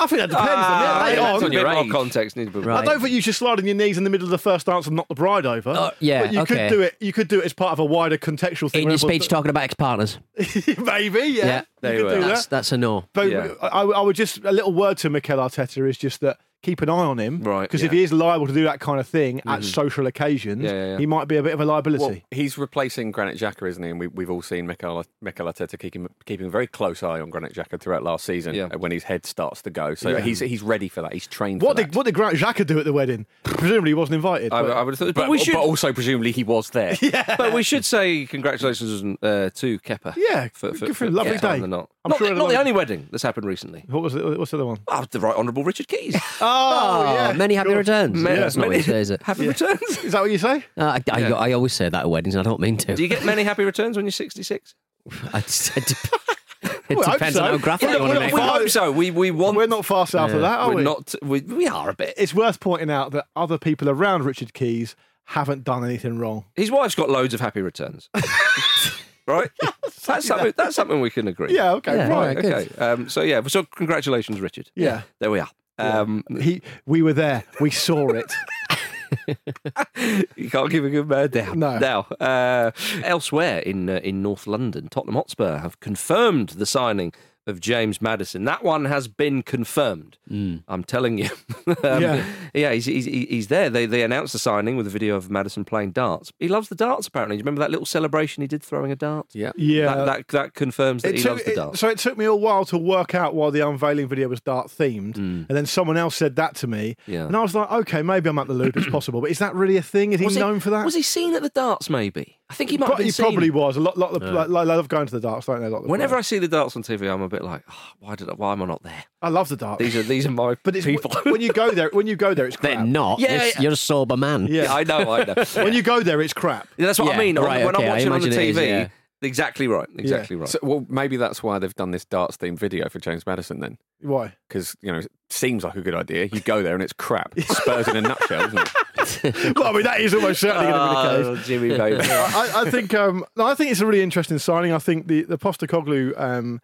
[SPEAKER 2] I think that depends.
[SPEAKER 3] Ah,
[SPEAKER 2] on it.
[SPEAKER 3] yeah,
[SPEAKER 2] Later
[SPEAKER 3] that's
[SPEAKER 2] on.
[SPEAKER 3] on your
[SPEAKER 4] Bit more
[SPEAKER 3] age. context. Need to be
[SPEAKER 2] I
[SPEAKER 1] Right.
[SPEAKER 2] don't think you should slide on your knees in the middle of the first dance and knock the bride over.
[SPEAKER 1] Oh, yeah,
[SPEAKER 2] but you
[SPEAKER 1] okay.
[SPEAKER 2] could do it. You could do it as part of a wider contextual thing.
[SPEAKER 1] In your
[SPEAKER 2] where
[SPEAKER 1] speech talking about ex partners.
[SPEAKER 2] everyone's- maybe, yeah,
[SPEAKER 1] Yeah,
[SPEAKER 2] you
[SPEAKER 3] there
[SPEAKER 2] could
[SPEAKER 3] you
[SPEAKER 2] do
[SPEAKER 3] are.
[SPEAKER 2] that.
[SPEAKER 1] That's that's a no.
[SPEAKER 2] But
[SPEAKER 3] Yeah.
[SPEAKER 2] I, I would just a little word to Mikel Arteta is just that keep an eye on him,
[SPEAKER 3] Right,
[SPEAKER 2] Because if
[SPEAKER 3] yeah. Mm-hmm.
[SPEAKER 2] he is liable to do that kind of thing at social occasions,
[SPEAKER 3] Yeah, yeah, yeah.
[SPEAKER 2] he might be a bit of a
[SPEAKER 4] Well,
[SPEAKER 2] liability.
[SPEAKER 4] he's replacing Granit Xhaka, isn't he? And we, we've all seen Mikel, Mikel Arteta keeping keeping a very close eye on Granit Xhaka throughout last season
[SPEAKER 3] Yeah.
[SPEAKER 4] uh, when his head starts to go. So he's he's ready for that. He's trained.
[SPEAKER 2] what
[SPEAKER 4] for
[SPEAKER 2] did
[SPEAKER 4] that.
[SPEAKER 2] what did Grant Xhaka do at the wedding? Presumably, he wasn't invited.
[SPEAKER 3] I,
[SPEAKER 2] but-
[SPEAKER 3] I would have thought. But,
[SPEAKER 4] But,
[SPEAKER 3] we should.
[SPEAKER 4] but also presumably he was there.
[SPEAKER 3] but we should say congratulations uh, to Kepper.
[SPEAKER 2] Yeah, good for a lovely
[SPEAKER 3] time
[SPEAKER 2] day.
[SPEAKER 3] than Not,
[SPEAKER 2] I'm
[SPEAKER 3] not,
[SPEAKER 2] sure
[SPEAKER 3] the,
[SPEAKER 2] it'll
[SPEAKER 3] not the
[SPEAKER 2] love-
[SPEAKER 3] only wedding that's happened recently.
[SPEAKER 2] what was it? What's the other one?
[SPEAKER 3] Oh, the right honourable Richard Keys. Ah.
[SPEAKER 2] Oh, yeah,
[SPEAKER 1] many happy
[SPEAKER 2] sure.
[SPEAKER 1] returns.
[SPEAKER 3] Many-
[SPEAKER 1] that's not what you
[SPEAKER 3] many-
[SPEAKER 1] say, is it?
[SPEAKER 3] happy returns.
[SPEAKER 2] Is that what you say?
[SPEAKER 1] Uh, I, I,
[SPEAKER 3] Yeah.
[SPEAKER 1] I always say that at weddings. and I don't mean to.
[SPEAKER 3] Do you get many happy returns when you're 66?
[SPEAKER 1] I just- it dep- it
[SPEAKER 2] Well, I hope
[SPEAKER 1] depends
[SPEAKER 2] so.
[SPEAKER 1] on how graphic
[SPEAKER 2] Yeah,
[SPEAKER 1] you want
[SPEAKER 2] we're
[SPEAKER 1] to
[SPEAKER 2] not-
[SPEAKER 1] make.
[SPEAKER 3] we
[SPEAKER 2] we're
[SPEAKER 1] it.
[SPEAKER 3] hope so. We we want.
[SPEAKER 2] We're not far south of that, are
[SPEAKER 3] we're
[SPEAKER 2] we?
[SPEAKER 3] not. We, we are a bit.
[SPEAKER 2] It's worth pointing out that other people around Richard Keys haven't done anything wrong.
[SPEAKER 3] His wife's got loads of happy returns. right? That's something. That's something we can agree.
[SPEAKER 2] Yeah, okay,
[SPEAKER 1] Yeah,
[SPEAKER 2] right.
[SPEAKER 1] alright, good.
[SPEAKER 3] Okay. Um, so yeah. So congratulations, Richard.
[SPEAKER 2] Yeah.
[SPEAKER 3] There we are. Um,
[SPEAKER 2] He, we were there. We saw it.
[SPEAKER 3] You can't give a good man down.
[SPEAKER 2] No.
[SPEAKER 3] Now, uh, elsewhere in uh, in North London, Tottenham Hotspur have confirmed the signing of James Madison. That one has been confirmed. I'm telling you. Um,
[SPEAKER 2] Mm. Yeah.
[SPEAKER 3] yeah, he's, he's he's there. They they announced the signing with a video of Madison playing darts. He loves the darts. Apparently, do you remember that little celebration he did throwing a dart?
[SPEAKER 4] Yeah.
[SPEAKER 2] Yeah.
[SPEAKER 3] That that, that confirms that he loves the
[SPEAKER 2] it-
[SPEAKER 3] darts.
[SPEAKER 2] so it took me a while to work out why the unveiling video was dart themed, and then someone else said that to me,
[SPEAKER 3] Yeah.
[SPEAKER 2] and I was like, okay, maybe I'm at the loop. It's possible, but is that really a thing? Is he known for that?
[SPEAKER 3] Was he seen at the darts? Maybe. I think he might
[SPEAKER 2] Pro-
[SPEAKER 3] have been
[SPEAKER 2] he
[SPEAKER 3] seen.
[SPEAKER 2] probably was. A lot, lot of the, like, I love going to the darts, don't they? a lot of the
[SPEAKER 3] Whenever I
[SPEAKER 2] players?
[SPEAKER 3] see the darts on TV, I'm a bit like, "Oh, why did I, why am I not there?
[SPEAKER 2] I love the darts,
[SPEAKER 3] These are these are my
[SPEAKER 2] but it's
[SPEAKER 3] people.
[SPEAKER 2] when you go there. When you go there, it's crap.
[SPEAKER 1] They're not.
[SPEAKER 3] Yeah,
[SPEAKER 1] This-
[SPEAKER 3] yeah.
[SPEAKER 1] You're a sober man.
[SPEAKER 2] Yeah.
[SPEAKER 3] Yeah, I know, I know.
[SPEAKER 2] When you go there, it's crap.
[SPEAKER 3] Yeah, that's what I
[SPEAKER 1] Yeah,
[SPEAKER 3] mean. On-
[SPEAKER 1] right,
[SPEAKER 3] when
[SPEAKER 1] okay, I
[SPEAKER 3] I'm watching it on the
[SPEAKER 1] imagine it is,
[SPEAKER 3] TV,
[SPEAKER 1] yeah.
[SPEAKER 3] exactly right, exactly right.
[SPEAKER 4] So, well, maybe that's why they've done this darts themed video for James Madison then,
[SPEAKER 2] Why?
[SPEAKER 4] because you know it seems like a good idea. You go there and it's crap. Spurs in a nutshell, isn't it?
[SPEAKER 2] well, I mean, that is almost certainly going to be the case.
[SPEAKER 3] Oh, Jimmy, baby.
[SPEAKER 2] I, I think um, no, I think it's a really interesting signing. I think the the Postacoglu um,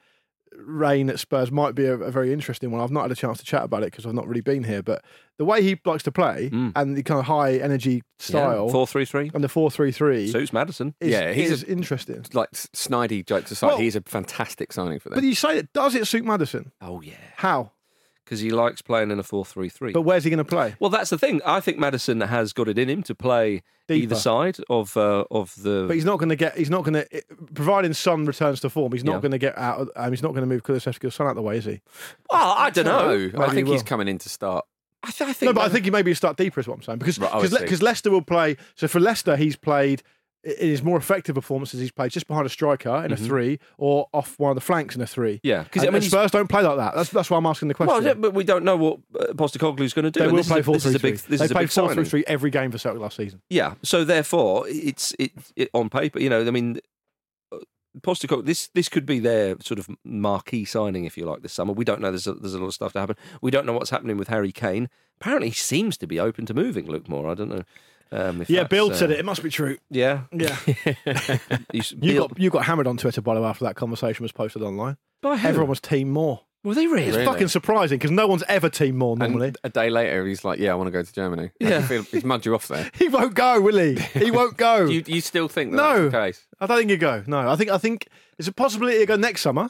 [SPEAKER 2] reign at Spurs might be a, a very interesting one. I've not had a chance to chat about it because I've not really been here, but the way he likes to play
[SPEAKER 4] Mm.
[SPEAKER 2] and the kind of high energy style
[SPEAKER 3] Four three three
[SPEAKER 2] and the four three three
[SPEAKER 3] suits Madison.
[SPEAKER 2] is,
[SPEAKER 4] Yeah, he's
[SPEAKER 2] is
[SPEAKER 4] a-
[SPEAKER 2] interesting.
[SPEAKER 4] Like s- snidey jokes aside,
[SPEAKER 2] Well-
[SPEAKER 4] he's a fantastic signing for them.
[SPEAKER 2] But you say it does it suit Madison?
[SPEAKER 3] Oh yeah,
[SPEAKER 2] How?
[SPEAKER 3] because he likes playing in a four three three.
[SPEAKER 2] But where's he going to play?
[SPEAKER 3] Well, that's the thing. I think Madison has got it in him to play
[SPEAKER 2] Deeper.
[SPEAKER 3] either side of uh, of the.
[SPEAKER 2] But he's not going to get. He's not going to. Providing Son returns to form, he's not
[SPEAKER 3] Yeah.
[SPEAKER 2] going to get out. of- Um, he's not going to move Kulusevski or Son out of the way, is he?
[SPEAKER 3] well, I don't know.
[SPEAKER 4] I
[SPEAKER 2] he
[SPEAKER 4] think he's
[SPEAKER 2] will.
[SPEAKER 4] coming in to start.
[SPEAKER 3] I, th- I think.
[SPEAKER 2] No, but I think he maybe start deeper is what I'm saying because
[SPEAKER 4] Right, I
[SPEAKER 2] because
[SPEAKER 4] would
[SPEAKER 2] Le-
[SPEAKER 4] see.
[SPEAKER 2] 'cause Leicester will play. So for Leicester, he's played in his more effective performances. He's played just behind a striker in a three or off one of the flanks in a three.
[SPEAKER 3] Mm-hmm. Yeah, 'cause,
[SPEAKER 2] because
[SPEAKER 3] I mean, he's-
[SPEAKER 2] Spurs don't play like that. That's that's why I'm asking the question.
[SPEAKER 3] Well, yeah, but we don't know what uh, Postacoglu's going to do.
[SPEAKER 2] they
[SPEAKER 3] and
[SPEAKER 2] will
[SPEAKER 3] this
[SPEAKER 2] play
[SPEAKER 3] is a,
[SPEAKER 2] four
[SPEAKER 3] this
[SPEAKER 2] three
[SPEAKER 3] is
[SPEAKER 2] three.
[SPEAKER 3] a big. This
[SPEAKER 2] they
[SPEAKER 3] is a
[SPEAKER 2] played
[SPEAKER 3] big
[SPEAKER 2] four
[SPEAKER 3] signing.
[SPEAKER 2] three three every game for Celtic last season.
[SPEAKER 3] Yeah. So therefore, it's it, it on paper. You know, I mean, uh, Postecoglou. This this could be their sort of marquee signing, if you like, this summer. We don't know. There's a, there's a lot of stuff to happen. We don't know what's happening with Harry Kane. Apparently, he seems to be open to moving. Luke Moore. I don't know. Um, if
[SPEAKER 2] Yeah,
[SPEAKER 3] that's,
[SPEAKER 2] Bill
[SPEAKER 3] uh,
[SPEAKER 2] said it. It must be true.
[SPEAKER 3] Yeah,
[SPEAKER 2] Yeah,
[SPEAKER 3] you, s-
[SPEAKER 2] you
[SPEAKER 3] Bill-
[SPEAKER 2] got you got hammered on Twitter by the way after that conversation was posted online.
[SPEAKER 3] by who?
[SPEAKER 2] Everyone was Team Moore.
[SPEAKER 3] Were they really?
[SPEAKER 2] It's fucking surprising because no one's ever Team Moore normally.
[SPEAKER 4] And a day later, he's like, "Yeah, I want to go to Germany."
[SPEAKER 3] Yeah.
[SPEAKER 4] Yeah, feel, he's mugged you off there.
[SPEAKER 2] he won't go, will he? He won't go.
[SPEAKER 4] You, you still think that
[SPEAKER 2] No.
[SPEAKER 4] that's the case?
[SPEAKER 2] I don't think you go. No, I think I think it's a possibility you go next summer.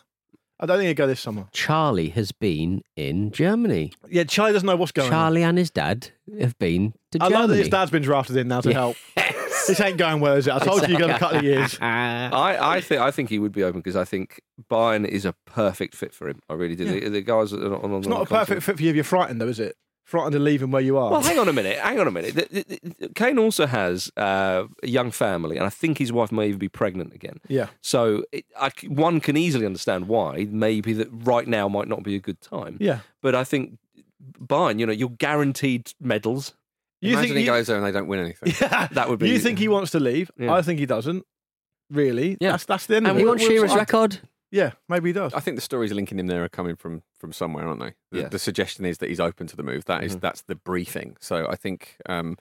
[SPEAKER 2] I don't think you go this summer.
[SPEAKER 1] Charlie has been in Germany.
[SPEAKER 2] Yeah, Charlie doesn't know what's going on.
[SPEAKER 1] Charlie and his dad have been to
[SPEAKER 2] I
[SPEAKER 1] Germany.
[SPEAKER 2] love that his dad's been drafted in now to help. This ain't going well, is it? I told you you got a couple of years.
[SPEAKER 3] I, I think I think he would be open because I think Bayern is a perfect fit for him. I really do. The, the guys on, on
[SPEAKER 2] It's not a perfect fit for you if you're frightened, though, is it? Frightened of leaving where you are.
[SPEAKER 3] Well, hang on a minute. Hang on a minute. The- the- the- Kane also has uh, a young family, and I think his wife may even be pregnant again.
[SPEAKER 2] Yeah.
[SPEAKER 3] So it, I c one can easily understand why maybe that right now might not be a good time.
[SPEAKER 2] Yeah.
[SPEAKER 3] But I think Bayern, you know, you're guaranteed medals.
[SPEAKER 2] You
[SPEAKER 4] Imagine
[SPEAKER 2] think
[SPEAKER 4] he
[SPEAKER 2] you-
[SPEAKER 4] goes there and they don't win anything. That would be.
[SPEAKER 2] You think he wants to leave?
[SPEAKER 4] Yeah.
[SPEAKER 2] I think he doesn't. Really?
[SPEAKER 1] Yeah.
[SPEAKER 2] That's that's the end.
[SPEAKER 1] And
[SPEAKER 2] of it.
[SPEAKER 1] we want
[SPEAKER 2] We'll-
[SPEAKER 1] Shearer's
[SPEAKER 2] I-
[SPEAKER 1] record.
[SPEAKER 2] Yeah, maybe he does.
[SPEAKER 4] I think the stories linking him there are coming from from somewhere, aren't they? The,
[SPEAKER 3] Yeah. Mm-hmm.
[SPEAKER 4] the suggestion is that he's open to the move. That is- that's the briefing. So I think um,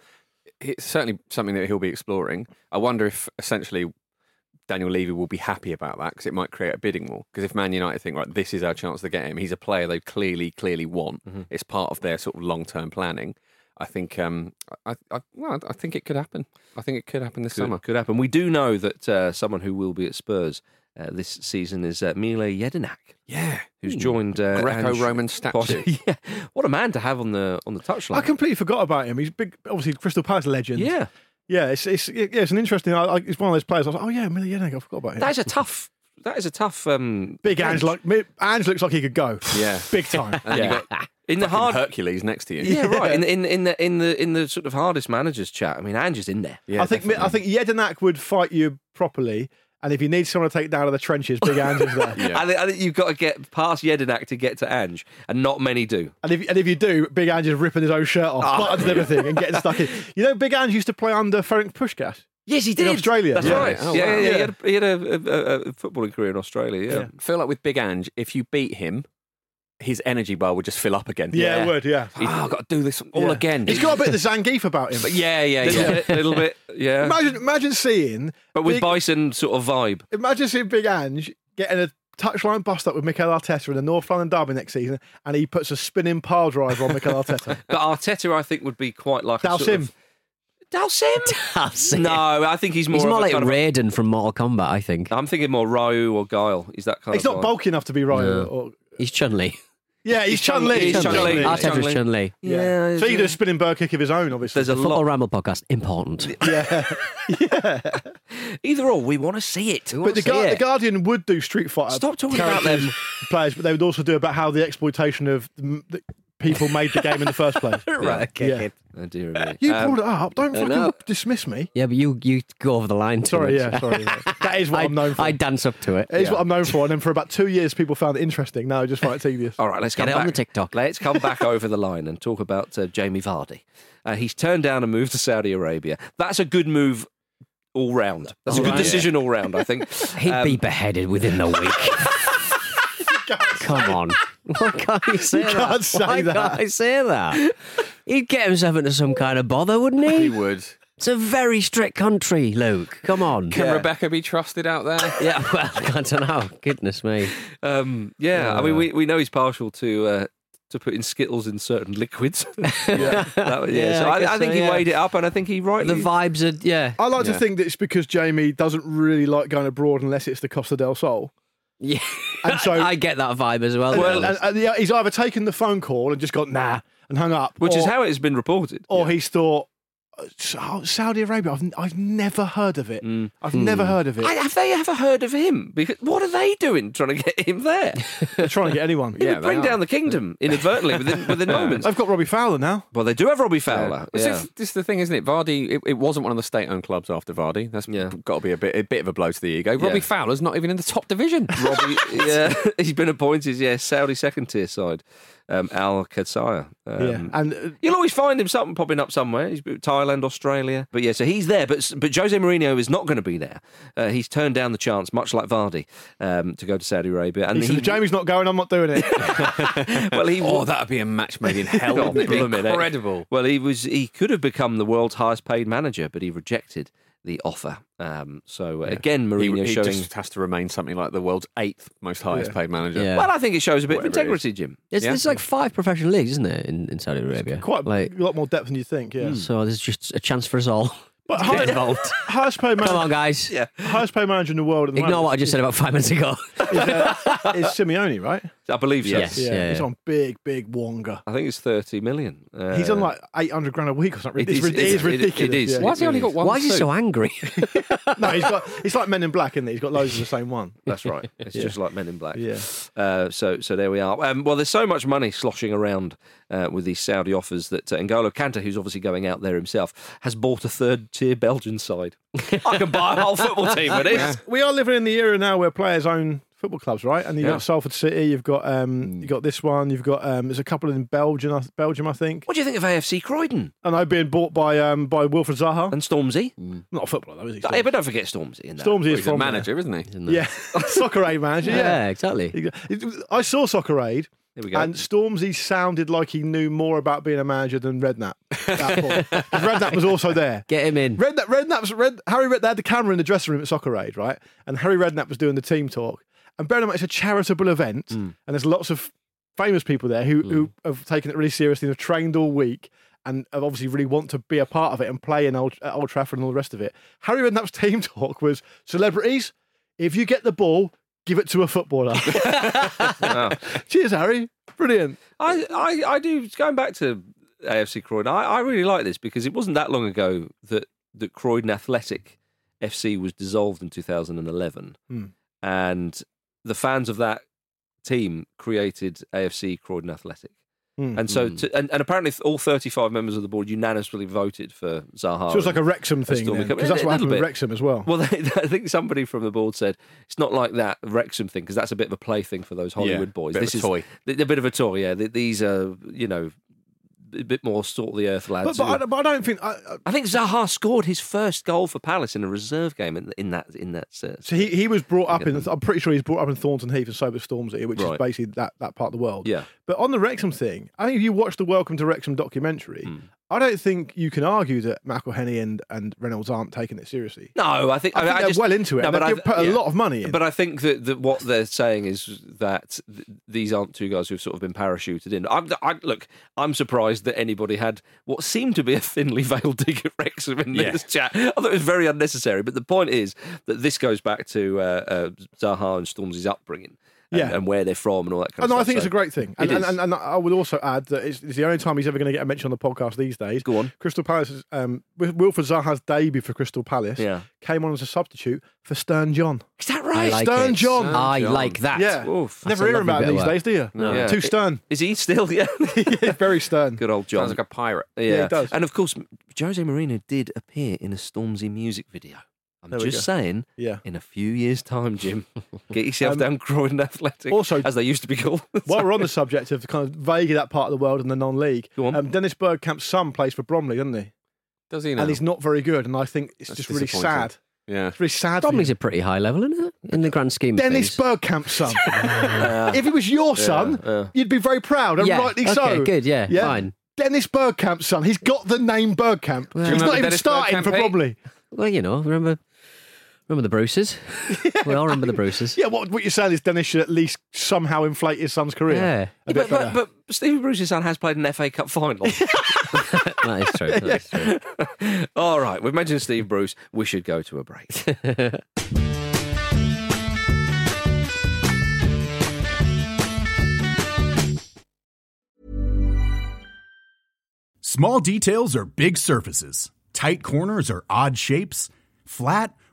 [SPEAKER 4] it's certainly something that he'll be exploring. I wonder if essentially Daniel Levy will be happy about that because it might create a bidding war. Because if Man United think right, this is our chance to get him. He's a player they clearly clearly want.
[SPEAKER 3] Mm-hmm.
[SPEAKER 4] It's part of their sort of long term planning. I think um, I, I, well, I think it could happen. I think it could happen this
[SPEAKER 3] could,
[SPEAKER 4] summer.
[SPEAKER 3] could happen. We do know that uh, someone who will be at Spurs uh, this season is uh, Mile Jedinak. Yeah, who's joined uh,
[SPEAKER 4] Hmm. Greco-Roman
[SPEAKER 3] Ange
[SPEAKER 4] statue.
[SPEAKER 3] Post- yeah, what a man to have on the on the touchline.
[SPEAKER 2] I completely forgot about him. He's big, obviously Crystal Palace legend.
[SPEAKER 3] yeah,
[SPEAKER 2] yeah. It's it's yeah, it's an interesting. I, I, it's one of those players. I was like, oh yeah, Milianic. I forgot about him.
[SPEAKER 3] that is a tough. That is a tough. Um,
[SPEAKER 2] big
[SPEAKER 3] bench.
[SPEAKER 2] Ange. Like mi- Ange looks like he could go.
[SPEAKER 4] Yeah.
[SPEAKER 2] big time.
[SPEAKER 4] And
[SPEAKER 3] Yeah.
[SPEAKER 4] you got
[SPEAKER 3] in the
[SPEAKER 4] hard
[SPEAKER 3] hard.
[SPEAKER 4] Hercules next to you.
[SPEAKER 3] Yeah, right. In, in in the in the in the sort of hardest managers chat. I mean, Ange is in there.
[SPEAKER 4] Yeah,
[SPEAKER 2] I think mi- I think Jedinak would fight you properly, and if you need someone to take down to the trenches, big Ange is there.
[SPEAKER 3] I, think, I think you've got to get past Jedinak to get to Ange, and not many do.
[SPEAKER 2] And if, and if you do, Big Ange is ripping his own shirt off, buttons and everything, and getting stuck in. You know, Big Ange used to play under Ferenc Pushkas.
[SPEAKER 3] Yes, he
[SPEAKER 2] did. Australia.
[SPEAKER 3] That's
[SPEAKER 2] Yeah.
[SPEAKER 3] right.
[SPEAKER 4] Oh,
[SPEAKER 3] yeah,
[SPEAKER 4] wow.
[SPEAKER 3] yeah, yeah. He had, a, he had a, a, a footballing career in Australia. Yeah.
[SPEAKER 4] feel like with Big Ange, if you beat him, his energy bar would just fill up again.
[SPEAKER 2] Yeah, it would, yeah.
[SPEAKER 4] Oh, I've got to do this all
[SPEAKER 2] Yeah.
[SPEAKER 4] again.
[SPEAKER 2] He's got a bit of the Zangief about him. But yeah.
[SPEAKER 4] yeah, yeah,
[SPEAKER 3] Little
[SPEAKER 4] yeah.
[SPEAKER 3] bit, little bit, yeah.
[SPEAKER 2] Imagine, imagine seeing
[SPEAKER 3] but with
[SPEAKER 2] big-
[SPEAKER 3] Bison sort of vibe.
[SPEAKER 2] imagine seeing Big Ange getting a touchline bust up with Mikel Arteta in the North London Derby next season, and he puts a spinning pile driver on Mikel Arteta.
[SPEAKER 3] But Arteta, I think, would be quite like a
[SPEAKER 2] Douse
[SPEAKER 3] sort
[SPEAKER 2] him.
[SPEAKER 3] of- Douse him.
[SPEAKER 1] That's it.
[SPEAKER 3] No, I think he's more.
[SPEAKER 1] He's
[SPEAKER 3] of
[SPEAKER 1] more
[SPEAKER 3] a
[SPEAKER 1] like
[SPEAKER 3] kind of a-
[SPEAKER 1] Raiden from Mortal Kombat, I think.
[SPEAKER 3] I'm thinking more Ryu or Guile. He's that kind
[SPEAKER 2] He's
[SPEAKER 3] of.
[SPEAKER 2] not
[SPEAKER 3] guy.
[SPEAKER 2] bulky enough to be right.
[SPEAKER 1] No.
[SPEAKER 2] Or,
[SPEAKER 1] He's Chun Li.
[SPEAKER 2] yeah, he's,
[SPEAKER 3] He's
[SPEAKER 2] Chun
[SPEAKER 3] Chun-
[SPEAKER 2] Li.
[SPEAKER 3] he's Chun Li.
[SPEAKER 2] Yeah.
[SPEAKER 3] He's Chun
[SPEAKER 1] Arteta's
[SPEAKER 3] Li.
[SPEAKER 1] Chun Li.
[SPEAKER 3] Yeah,
[SPEAKER 2] So you
[SPEAKER 3] yeah.
[SPEAKER 2] do a spinning bird kick of his own, obviously.
[SPEAKER 3] There's a
[SPEAKER 1] Football
[SPEAKER 3] lot.
[SPEAKER 1] Ramble podcast important.
[SPEAKER 3] Either or, we want to see it.
[SPEAKER 2] but the, Guar- the Guardian would do Street Fighter.
[SPEAKER 3] Stop talking about them.
[SPEAKER 2] characters, players, but they would also do about how the exploitation of the, the people made the game in the first place.
[SPEAKER 3] Right,
[SPEAKER 2] okay, Yeah.
[SPEAKER 3] Oh, dear me.
[SPEAKER 2] You brought it up. Don't
[SPEAKER 1] I
[SPEAKER 2] fucking
[SPEAKER 1] know.
[SPEAKER 2] dismiss me.
[SPEAKER 1] Yeah, but you you go over the line. too
[SPEAKER 2] Sorry,
[SPEAKER 1] much.
[SPEAKER 2] yeah, sorry. that is what I, am known
[SPEAKER 1] I,
[SPEAKER 2] for.
[SPEAKER 1] I dance up to it.
[SPEAKER 2] it is what I'm known for. And then for about two years, people found it interesting. Now I just find it tedious.
[SPEAKER 3] All right, let's
[SPEAKER 1] Get
[SPEAKER 3] come
[SPEAKER 1] it
[SPEAKER 3] back.
[SPEAKER 1] on the TikTok.
[SPEAKER 3] Let's come back over the line and talk about uh, Jamie Vardy. Uh, he's turned down a move to Saudi Arabia. That's a good move all round. That's a good
[SPEAKER 4] Alright.
[SPEAKER 3] decision all round, I think.
[SPEAKER 1] He'd
[SPEAKER 3] Um,
[SPEAKER 1] be beheaded within the week. Come on. Why can't you say that?
[SPEAKER 2] can't say
[SPEAKER 1] Why
[SPEAKER 2] that.
[SPEAKER 1] can't I say that? He'd get himself into some kind of bother, wouldn't he?
[SPEAKER 4] He would.
[SPEAKER 1] It's a very strict country, Luke. Come on.
[SPEAKER 4] Can Rebecca be trusted out there?
[SPEAKER 1] Yeah, well, I don't know. Goodness me.
[SPEAKER 3] Um, yeah, I mean, we, we know he's partial to uh, to putting Skittles in certain liquids. yeah. That- yeah,
[SPEAKER 1] Yeah,
[SPEAKER 3] so
[SPEAKER 1] I
[SPEAKER 3] I,
[SPEAKER 1] guess
[SPEAKER 3] I, think
[SPEAKER 1] so,
[SPEAKER 3] he
[SPEAKER 1] yeah.
[SPEAKER 3] weighed it up, and I think he rightly.
[SPEAKER 1] The vibes are, yeah.
[SPEAKER 2] I like
[SPEAKER 4] Yeah.
[SPEAKER 2] to think that it's because Jamie doesn't really like going abroad unless it's the Costa del Sol.
[SPEAKER 1] yeah.
[SPEAKER 2] And so-
[SPEAKER 1] I get that vibe as well. to be
[SPEAKER 2] Well, uh,
[SPEAKER 1] honest.
[SPEAKER 2] and, and, yeah, he's either taken the phone call and just got nah and hung up,
[SPEAKER 3] which is
[SPEAKER 2] or-
[SPEAKER 3] how it has been reported.
[SPEAKER 2] or he's thought "Sa- Saudi Arabia. I've I've never heard of it. I've never heard of it.
[SPEAKER 3] I, have they ever heard of him? Because what are they doing trying to get him there?
[SPEAKER 2] They're trying to get anyone.
[SPEAKER 3] He
[SPEAKER 4] Yeah,
[SPEAKER 3] would
[SPEAKER 4] they
[SPEAKER 3] bring
[SPEAKER 4] are.
[SPEAKER 3] down the kingdom inadvertently within, within moments.
[SPEAKER 2] I've got Robbie Fowler now.
[SPEAKER 3] Well, they do have Robbie Fowler.
[SPEAKER 4] This, is, this is the thing, isn't it? Vardy, it, it wasn't one of the state-owned clubs after Vardy. That's
[SPEAKER 3] Yeah.
[SPEAKER 4] got to be a bit, a bit of a blow to the ego.
[SPEAKER 3] Yeah.
[SPEAKER 4] Robbie Fowler's not even in the top division.
[SPEAKER 3] Robbie, yeah, he's been appointed, yeah, Saudi second tier side, um, Al Qasaya. Um,
[SPEAKER 2] yeah, and uh,
[SPEAKER 3] You'll always find him something popping up somewhere. He's been- Thailand, Australia, but yeah, so he's there. But but Jose Mourinho is not going to be there. Uh, he's turned down the chance, much like Vardy, um, to go to Saudi Arabia. And
[SPEAKER 2] he said,
[SPEAKER 3] he,
[SPEAKER 2] "If Jamie's not going. I'm not doing it.
[SPEAKER 3] well, he
[SPEAKER 4] oh, that would be a match made in hell.
[SPEAKER 3] God,
[SPEAKER 4] wouldn't it? It'd be
[SPEAKER 3] blimmin' heck.
[SPEAKER 4] incredible.
[SPEAKER 3] Well, he was he could have become the world's highest paid manager, but he rejected the offer. Um, so uh, again,
[SPEAKER 4] He,
[SPEAKER 3] Mourinho
[SPEAKER 4] he
[SPEAKER 3] showing.
[SPEAKER 4] just has to remain something like the world's eighth most highest-paid manager.
[SPEAKER 1] Yeah.
[SPEAKER 3] Well, I think it shows a bit of
[SPEAKER 4] Whatever it
[SPEAKER 3] integrity, Jim.
[SPEAKER 1] It's, there's like five professional leagues, isn't there, in, in Saudi Arabia?
[SPEAKER 2] Quite
[SPEAKER 1] like.
[SPEAKER 2] a lot more depth than you think. Yeah,
[SPEAKER 1] So there's just a chance for us all.
[SPEAKER 2] but
[SPEAKER 1] to Get
[SPEAKER 2] high,
[SPEAKER 1] involved.
[SPEAKER 2] highest paid
[SPEAKER 1] Come
[SPEAKER 2] manager,
[SPEAKER 1] on, guys.
[SPEAKER 3] Yeah.
[SPEAKER 2] highest paid manager in the world at the
[SPEAKER 1] Ignore what I
[SPEAKER 2] moment
[SPEAKER 1] just said about five minutes ago.
[SPEAKER 2] is Simeone, right?
[SPEAKER 3] I believe so.
[SPEAKER 1] Yes. Yeah,
[SPEAKER 2] he's
[SPEAKER 1] yeah.
[SPEAKER 2] on big, big wonga.
[SPEAKER 3] I think it's 30 million. Uh,
[SPEAKER 2] He's on like 800 grand a week or something.
[SPEAKER 3] It
[SPEAKER 2] It's,
[SPEAKER 3] is-
[SPEAKER 2] rid-
[SPEAKER 3] it
[SPEAKER 2] it
[SPEAKER 3] is-
[SPEAKER 2] is
[SPEAKER 3] it- it
[SPEAKER 2] ridiculous.
[SPEAKER 3] is.
[SPEAKER 2] yeah.
[SPEAKER 3] Why has he only got
[SPEAKER 4] one
[SPEAKER 1] Why is he so angry?
[SPEAKER 2] No, he's got. It's like Men in Black, isn't it? He's got loads of the same one.
[SPEAKER 3] That's right. It's just like Men in Black.
[SPEAKER 2] Yeah.
[SPEAKER 3] Uh, so, so there we are. Um, well, there's so much money sloshing around uh, with these Saudi offers that uh, N'Golo Kante, who's obviously going out there himself, has bought a third-tier Belgian side. I can buy a whole football team with this.
[SPEAKER 2] We are living in the era now where players own football clubs, right? And you've
[SPEAKER 3] Yeah.
[SPEAKER 2] got Salford City, you've got um, you've got this one, you've got um, there's a couple in Belgium, I- Belgium, I think.
[SPEAKER 3] What do you think of AFC Croydon
[SPEAKER 2] And I've been bought by um, by Wilfred Zaha.
[SPEAKER 3] and Stormzy?
[SPEAKER 2] Not a footballer, though, is he?
[SPEAKER 3] Yeah, but don't forget Stormzy in that.
[SPEAKER 2] Stormsy is
[SPEAKER 4] He's a
[SPEAKER 2] from there.
[SPEAKER 4] manager, isn't he?
[SPEAKER 2] Yeah, soccer aid manager. Yeah.
[SPEAKER 1] exactly.
[SPEAKER 2] I saw soccer aid.
[SPEAKER 3] There we go.
[SPEAKER 2] And Stormzy sounded like he knew more about being a manager than Redknapp. at that point. 'Cause Redknapp was also there.
[SPEAKER 1] Get him in.
[SPEAKER 2] Redknapp, Redknapp's Red, Harry Red. They had the camera in the dressing room at Soccer Aid, right? And Harry Redknapp was doing the team talk. And bear in mind, it's a charitable event, and
[SPEAKER 3] Mm.
[SPEAKER 2] there's lots of famous people there who, who have taken it really seriously and have trained all week. And have obviously, really want to be a part of it and play in Old, at Old Trafford and all the rest of it. Harry Redknapp's team talk was celebrities. If you get the ball, give it to a footballer. Cheers, Harry! Brilliant.
[SPEAKER 3] I, I, I do. Going back to AFC Croydon, I, I really like this because it wasn't that long ago that that Croydon Athletic FC was dissolved in 2011,
[SPEAKER 2] Hmm.
[SPEAKER 3] and the fans of that team created AFC Croydon Athletic.
[SPEAKER 2] Hmm.
[SPEAKER 3] And so, to, and, and apparently, all 35 members of the board unanimously voted for Zaha.
[SPEAKER 2] So it was like
[SPEAKER 3] and-
[SPEAKER 2] a Wrexham thing,
[SPEAKER 3] Stormy Cup.
[SPEAKER 2] because that's
[SPEAKER 3] A
[SPEAKER 2] what
[SPEAKER 3] little
[SPEAKER 2] happened with
[SPEAKER 3] bit.
[SPEAKER 2] Wrexham as well.
[SPEAKER 3] Well, they, I think somebody from the board said it's not like that Wrexham thing because that's a bit of a play thing for those Hollywood
[SPEAKER 4] Yeah,
[SPEAKER 3] boys.
[SPEAKER 4] bit of
[SPEAKER 3] this
[SPEAKER 4] a
[SPEAKER 3] is
[SPEAKER 4] toy.
[SPEAKER 3] th- a bit of a toy. Yeah, Th- these are you know a bit more sort of the earth
[SPEAKER 2] but,
[SPEAKER 3] lads.
[SPEAKER 2] but, I,
[SPEAKER 3] who-
[SPEAKER 2] but I don't think I, I-
[SPEAKER 3] I think Zaha scored his first goal for Palace in a reserve game in, in that in that. Uh,
[SPEAKER 2] So he, he was brought up
[SPEAKER 3] Get
[SPEAKER 2] in.
[SPEAKER 3] them.
[SPEAKER 2] I'm pretty sure he's brought up in Thornton Heath and so was Stormzy, which is
[SPEAKER 3] Right.
[SPEAKER 2] basically that, that part of the world.
[SPEAKER 3] Yeah.
[SPEAKER 2] But on the Wrexham thing, I think if you watch the Welcome to Wrexham documentary,
[SPEAKER 3] Hmm.
[SPEAKER 2] I don't think you can argue that McElhenney and, and Reynolds aren't taking it seriously.
[SPEAKER 3] no, I think
[SPEAKER 2] I
[SPEAKER 3] mean,
[SPEAKER 2] think they're
[SPEAKER 3] just-
[SPEAKER 2] well into it.
[SPEAKER 3] No,
[SPEAKER 2] and they've
[SPEAKER 3] I-
[SPEAKER 2] put
[SPEAKER 3] yeah.
[SPEAKER 2] a lot of money in.
[SPEAKER 3] But I think that, that what they're saying is that th- these aren't two guys who've sort of been parachuted in. I'm, I, look, I'm surprised that anybody had what seemed to be a thinly veiled dig at Wrexham in this chat. I thought it was very unnecessary. But the point is that this goes back to uh, uh, Zaha and Stormzy's upbringing and,
[SPEAKER 2] Yeah.
[SPEAKER 3] and where they're from and all that kind
[SPEAKER 2] and
[SPEAKER 3] of
[SPEAKER 2] I
[SPEAKER 3] stuff.
[SPEAKER 2] think it's
[SPEAKER 3] So-
[SPEAKER 2] a great thing. And,
[SPEAKER 3] It
[SPEAKER 2] and,
[SPEAKER 3] is.
[SPEAKER 2] and, and I would also add that it's, it's the only time he's ever going to get a mention on the podcast these days.
[SPEAKER 3] Go on.
[SPEAKER 2] Crystal Palace, um, Wil- Wilfred Zaha's debut for Crystal Palace
[SPEAKER 3] Yeah.
[SPEAKER 2] came on as a substitute for Stern John.
[SPEAKER 3] Is that
[SPEAKER 1] I
[SPEAKER 3] right?
[SPEAKER 1] like
[SPEAKER 2] Stern
[SPEAKER 1] it.
[SPEAKER 2] John.
[SPEAKER 1] I like that.
[SPEAKER 2] Yeah.
[SPEAKER 3] Oof.
[SPEAKER 1] That's
[SPEAKER 2] Never
[SPEAKER 1] a
[SPEAKER 2] hear
[SPEAKER 1] lovely
[SPEAKER 2] about
[SPEAKER 1] bit
[SPEAKER 2] him
[SPEAKER 1] of
[SPEAKER 2] these
[SPEAKER 1] work.
[SPEAKER 2] days, do you?
[SPEAKER 3] No. Yeah.
[SPEAKER 2] Too stern.
[SPEAKER 3] Is he still? Yeah.
[SPEAKER 2] Very stern.
[SPEAKER 3] Good old John.
[SPEAKER 4] Sounds like a pirate.
[SPEAKER 3] Yeah.
[SPEAKER 2] it does.
[SPEAKER 3] And of course, Jose Mourinho did appear in a Stormzy music video. I'm
[SPEAKER 2] There we
[SPEAKER 3] just saying,
[SPEAKER 2] Yeah.
[SPEAKER 3] in a few years' time, Jim, get yourself
[SPEAKER 2] Um,
[SPEAKER 3] down Croydon Athletic,
[SPEAKER 2] also-
[SPEAKER 3] as they used to be called.
[SPEAKER 2] While we're on the subject of kind of vaguely that part of the world and the non-league,
[SPEAKER 3] Go on.
[SPEAKER 2] um, Dennis Bergkamp's son plays for Bromley, doesn't he?
[SPEAKER 4] Does he now?
[SPEAKER 2] And he's not very good, and I think it's
[SPEAKER 4] That's
[SPEAKER 2] just really
[SPEAKER 4] disappointing.
[SPEAKER 2] sad.
[SPEAKER 4] yeah.
[SPEAKER 2] It's really sad. for
[SPEAKER 1] Bromley's
[SPEAKER 2] him.
[SPEAKER 1] a pretty high level, isn't it? In the grand scheme of
[SPEAKER 2] Dennis
[SPEAKER 1] things.
[SPEAKER 2] Bergkamp's son. if he was your son,
[SPEAKER 3] yeah.
[SPEAKER 2] you'd be very proud, and
[SPEAKER 1] yeah.
[SPEAKER 2] rightly
[SPEAKER 1] okay,
[SPEAKER 2] so.
[SPEAKER 1] good. Yeah, fine.
[SPEAKER 2] Dennis Bergkamp's son. He's got the name Bergkamp. He's
[SPEAKER 4] remember
[SPEAKER 2] not even
[SPEAKER 4] Dennis
[SPEAKER 2] starting
[SPEAKER 4] Bergkamp,
[SPEAKER 2] for
[SPEAKER 4] Pete?
[SPEAKER 2] Bromley.
[SPEAKER 1] Well, you know, remember, remember the Bruces. we all remember the Bruces.
[SPEAKER 2] Yeah, what, what you're saying is Dennis should at least somehow inflate his son's career.
[SPEAKER 1] Yeah.
[SPEAKER 2] A bit
[SPEAKER 3] but,
[SPEAKER 2] better.
[SPEAKER 3] but, but Stevie Bruce's son has played an FA Cup final.
[SPEAKER 1] That is true. That is true.
[SPEAKER 3] All right, we've mentioned Steve Bruce. We should go to a break.
[SPEAKER 5] Small details are big surfaces. Tight corners are odd shapes. Flat,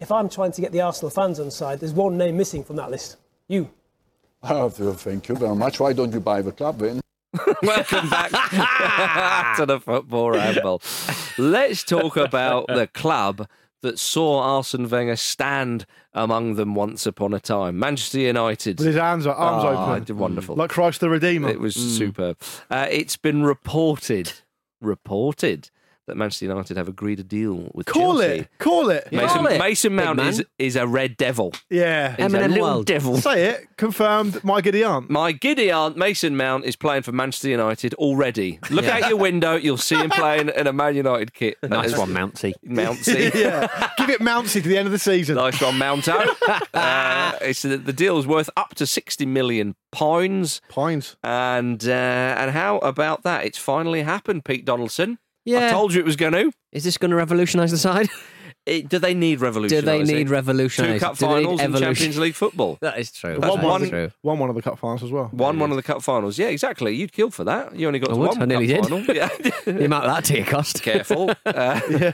[SPEAKER 6] If I'm trying to get the Arsenal fans on side, there's one name missing from that list. You.
[SPEAKER 7] Oh, well, thank you very much. Why don't you buy the club then?
[SPEAKER 3] Welcome back to the football ramble. Let's talk about the club that saw Arsene Wenger stand among them once upon a time, Manchester United.
[SPEAKER 2] With his hands, arms
[SPEAKER 3] Ah,
[SPEAKER 2] open.
[SPEAKER 3] wonderful.
[SPEAKER 2] Like Christ the Redeemer.
[SPEAKER 3] It was superb. Uh, it's been reported, reported that Manchester United have agreed a deal with
[SPEAKER 2] Call
[SPEAKER 3] Chelsea.
[SPEAKER 2] it. Call it.
[SPEAKER 3] Mason,
[SPEAKER 1] Call it.
[SPEAKER 3] Mason
[SPEAKER 1] Big
[SPEAKER 3] Mount
[SPEAKER 1] man.
[SPEAKER 3] is, is a red devil.
[SPEAKER 2] Yeah.
[SPEAKER 3] He's a
[SPEAKER 1] M&M
[SPEAKER 3] little
[SPEAKER 1] world.
[SPEAKER 3] devil.
[SPEAKER 2] Say it. Confirmed. My giddy aunt.
[SPEAKER 3] My giddy aunt Mason Mount is playing for Manchester United already. Look out your window; you'll see him playing in a Man United kit. That
[SPEAKER 4] Nice
[SPEAKER 3] is-
[SPEAKER 4] one, Mounty.
[SPEAKER 3] Mountsy.
[SPEAKER 2] yeah. Give it Mountsy to the end of the season.
[SPEAKER 3] Nice one, Mounto. uh, it's, the deal is worth up to sixty million pounds,
[SPEAKER 2] Pines.
[SPEAKER 3] and uh, and how about that? It's finally happened, Pete Donaldson. I
[SPEAKER 1] Yeah.
[SPEAKER 3] told you it was going to.
[SPEAKER 1] Is this going to revolutionise the side?
[SPEAKER 3] It, do they need
[SPEAKER 1] Do
[SPEAKER 3] revolution?
[SPEAKER 1] they need
[SPEAKER 3] Two
[SPEAKER 1] revolutionise?
[SPEAKER 3] cup
[SPEAKER 1] Do they need
[SPEAKER 3] finals and
[SPEAKER 1] evolution?
[SPEAKER 3] Champions League football.
[SPEAKER 1] That is true.
[SPEAKER 3] That's
[SPEAKER 1] That
[SPEAKER 3] one-
[SPEAKER 1] is true.
[SPEAKER 2] Won one of the cup finals as well.
[SPEAKER 3] Won one of the cup finals. Yeah, exactly. You'd kill for that. You only got
[SPEAKER 1] I
[SPEAKER 3] to
[SPEAKER 1] would.
[SPEAKER 3] one
[SPEAKER 1] I nearly
[SPEAKER 3] cup
[SPEAKER 1] did.
[SPEAKER 3] final. Yeah.
[SPEAKER 1] The amount of that tier cost.
[SPEAKER 3] Careful. Uh,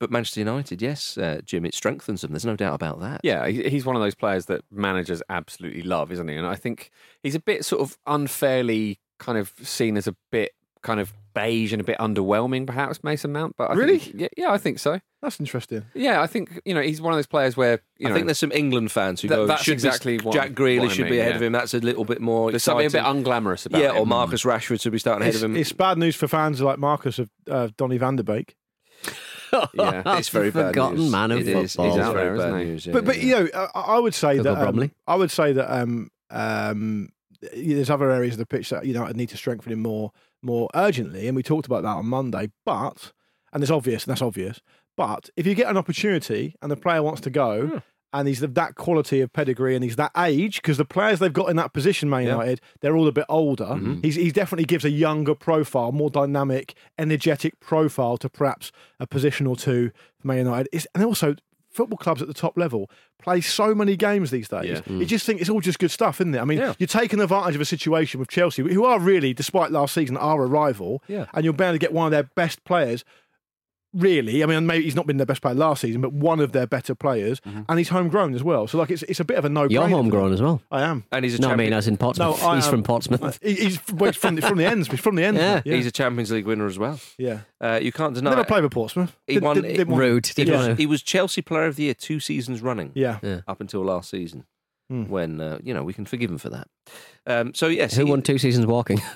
[SPEAKER 3] But Manchester United, yes, uh, Jim, it strengthens them. There's no doubt about that.
[SPEAKER 4] Yeah, he- he's one of those players that managers absolutely love, isn't he? And I think he's a bit sort of unfairly kind of seen as a bit kind of beige and a bit underwhelming, perhaps Mason Mount. But I
[SPEAKER 2] Really?
[SPEAKER 4] think, yeah, yeah, I think so.
[SPEAKER 2] That's interesting.
[SPEAKER 4] Yeah, I think you know he's one of those players where
[SPEAKER 3] I
[SPEAKER 4] you know
[SPEAKER 3] think there's some England fans who
[SPEAKER 4] That-
[SPEAKER 3] go,
[SPEAKER 4] that's
[SPEAKER 3] should be-
[SPEAKER 4] exactly what-
[SPEAKER 3] Jack Grealish
[SPEAKER 4] what I
[SPEAKER 3] should be
[SPEAKER 4] mean,
[SPEAKER 3] ahead
[SPEAKER 4] yeah.
[SPEAKER 3] of him. That's a little bit more
[SPEAKER 4] there's something
[SPEAKER 3] exciting.
[SPEAKER 4] a bit unglamorous about
[SPEAKER 3] yeah,
[SPEAKER 4] him.
[SPEAKER 3] or Marcus Rashford should be starting ahead
[SPEAKER 2] It's,
[SPEAKER 3] of him.
[SPEAKER 2] it's bad news for fans like Marcus of uh, Donny van der Beek.
[SPEAKER 4] Yeah.
[SPEAKER 3] It's very bad
[SPEAKER 1] Forgotten
[SPEAKER 3] news.
[SPEAKER 1] man of
[SPEAKER 3] It is-
[SPEAKER 1] football.
[SPEAKER 3] It is
[SPEAKER 4] Out
[SPEAKER 3] very bad
[SPEAKER 4] there, isn't it?
[SPEAKER 3] news. yeah,
[SPEAKER 2] But but
[SPEAKER 3] yeah.
[SPEAKER 2] you know, I, I would say
[SPEAKER 1] Google
[SPEAKER 2] that um,
[SPEAKER 1] Bromley.
[SPEAKER 2] I would say that um, um, there's other areas of the pitch that you know need to strengthen him more more urgently, and we talked about that on Monday. But and it's obvious, and that's obvious. But if you get an opportunity and the player wants to go. And he's of that quality of pedigree, and he's that age because the players they've got in that position, Man United, they're all a bit older. He's, he definitely gives a younger profile, more dynamic, energetic profile to perhaps a position or two for Man United. It's, and also, football clubs at the top level play so many games these days. You just think it's all just good stuff, isn't it? I mean, you're taking advantage of a situation with Chelsea, who are really, despite last season, are a rival,
[SPEAKER 3] Yeah.
[SPEAKER 2] and you're bound to get one of their best players. Really, I mean, maybe he's not been their best player last season, but one of their better players, and he's homegrown as well. So, like, it's it's a bit of a no.
[SPEAKER 1] Mm-hmm. You're homegrown as well.
[SPEAKER 2] I am.
[SPEAKER 3] and he's a
[SPEAKER 1] No, I
[SPEAKER 3] champion.
[SPEAKER 1] mean, as in Portsmouth.
[SPEAKER 2] No, I
[SPEAKER 1] He's
[SPEAKER 2] am.
[SPEAKER 1] from Portsmouth.
[SPEAKER 2] He- He's well, he's from the, from the ends. He's from the ends.
[SPEAKER 1] Yeah.
[SPEAKER 2] yeah.
[SPEAKER 3] He's a Champions League winner as well.
[SPEAKER 2] yeah.
[SPEAKER 3] Uh, you can't deny.
[SPEAKER 2] Never
[SPEAKER 3] it.
[SPEAKER 2] played with Portsmouth.
[SPEAKER 3] He
[SPEAKER 2] Didn't-
[SPEAKER 3] won-
[SPEAKER 2] didn't- didn't want-
[SPEAKER 1] Rude. Did you
[SPEAKER 2] Yeah.
[SPEAKER 1] know?
[SPEAKER 3] He was Chelsea Player of the Year two seasons running.
[SPEAKER 2] Yeah.
[SPEAKER 1] Yeah.
[SPEAKER 3] up until last season
[SPEAKER 2] Hmm.
[SPEAKER 3] when uh, you know we can forgive him for that. Um, so yes,
[SPEAKER 1] Who
[SPEAKER 3] he-
[SPEAKER 1] won two seasons walking?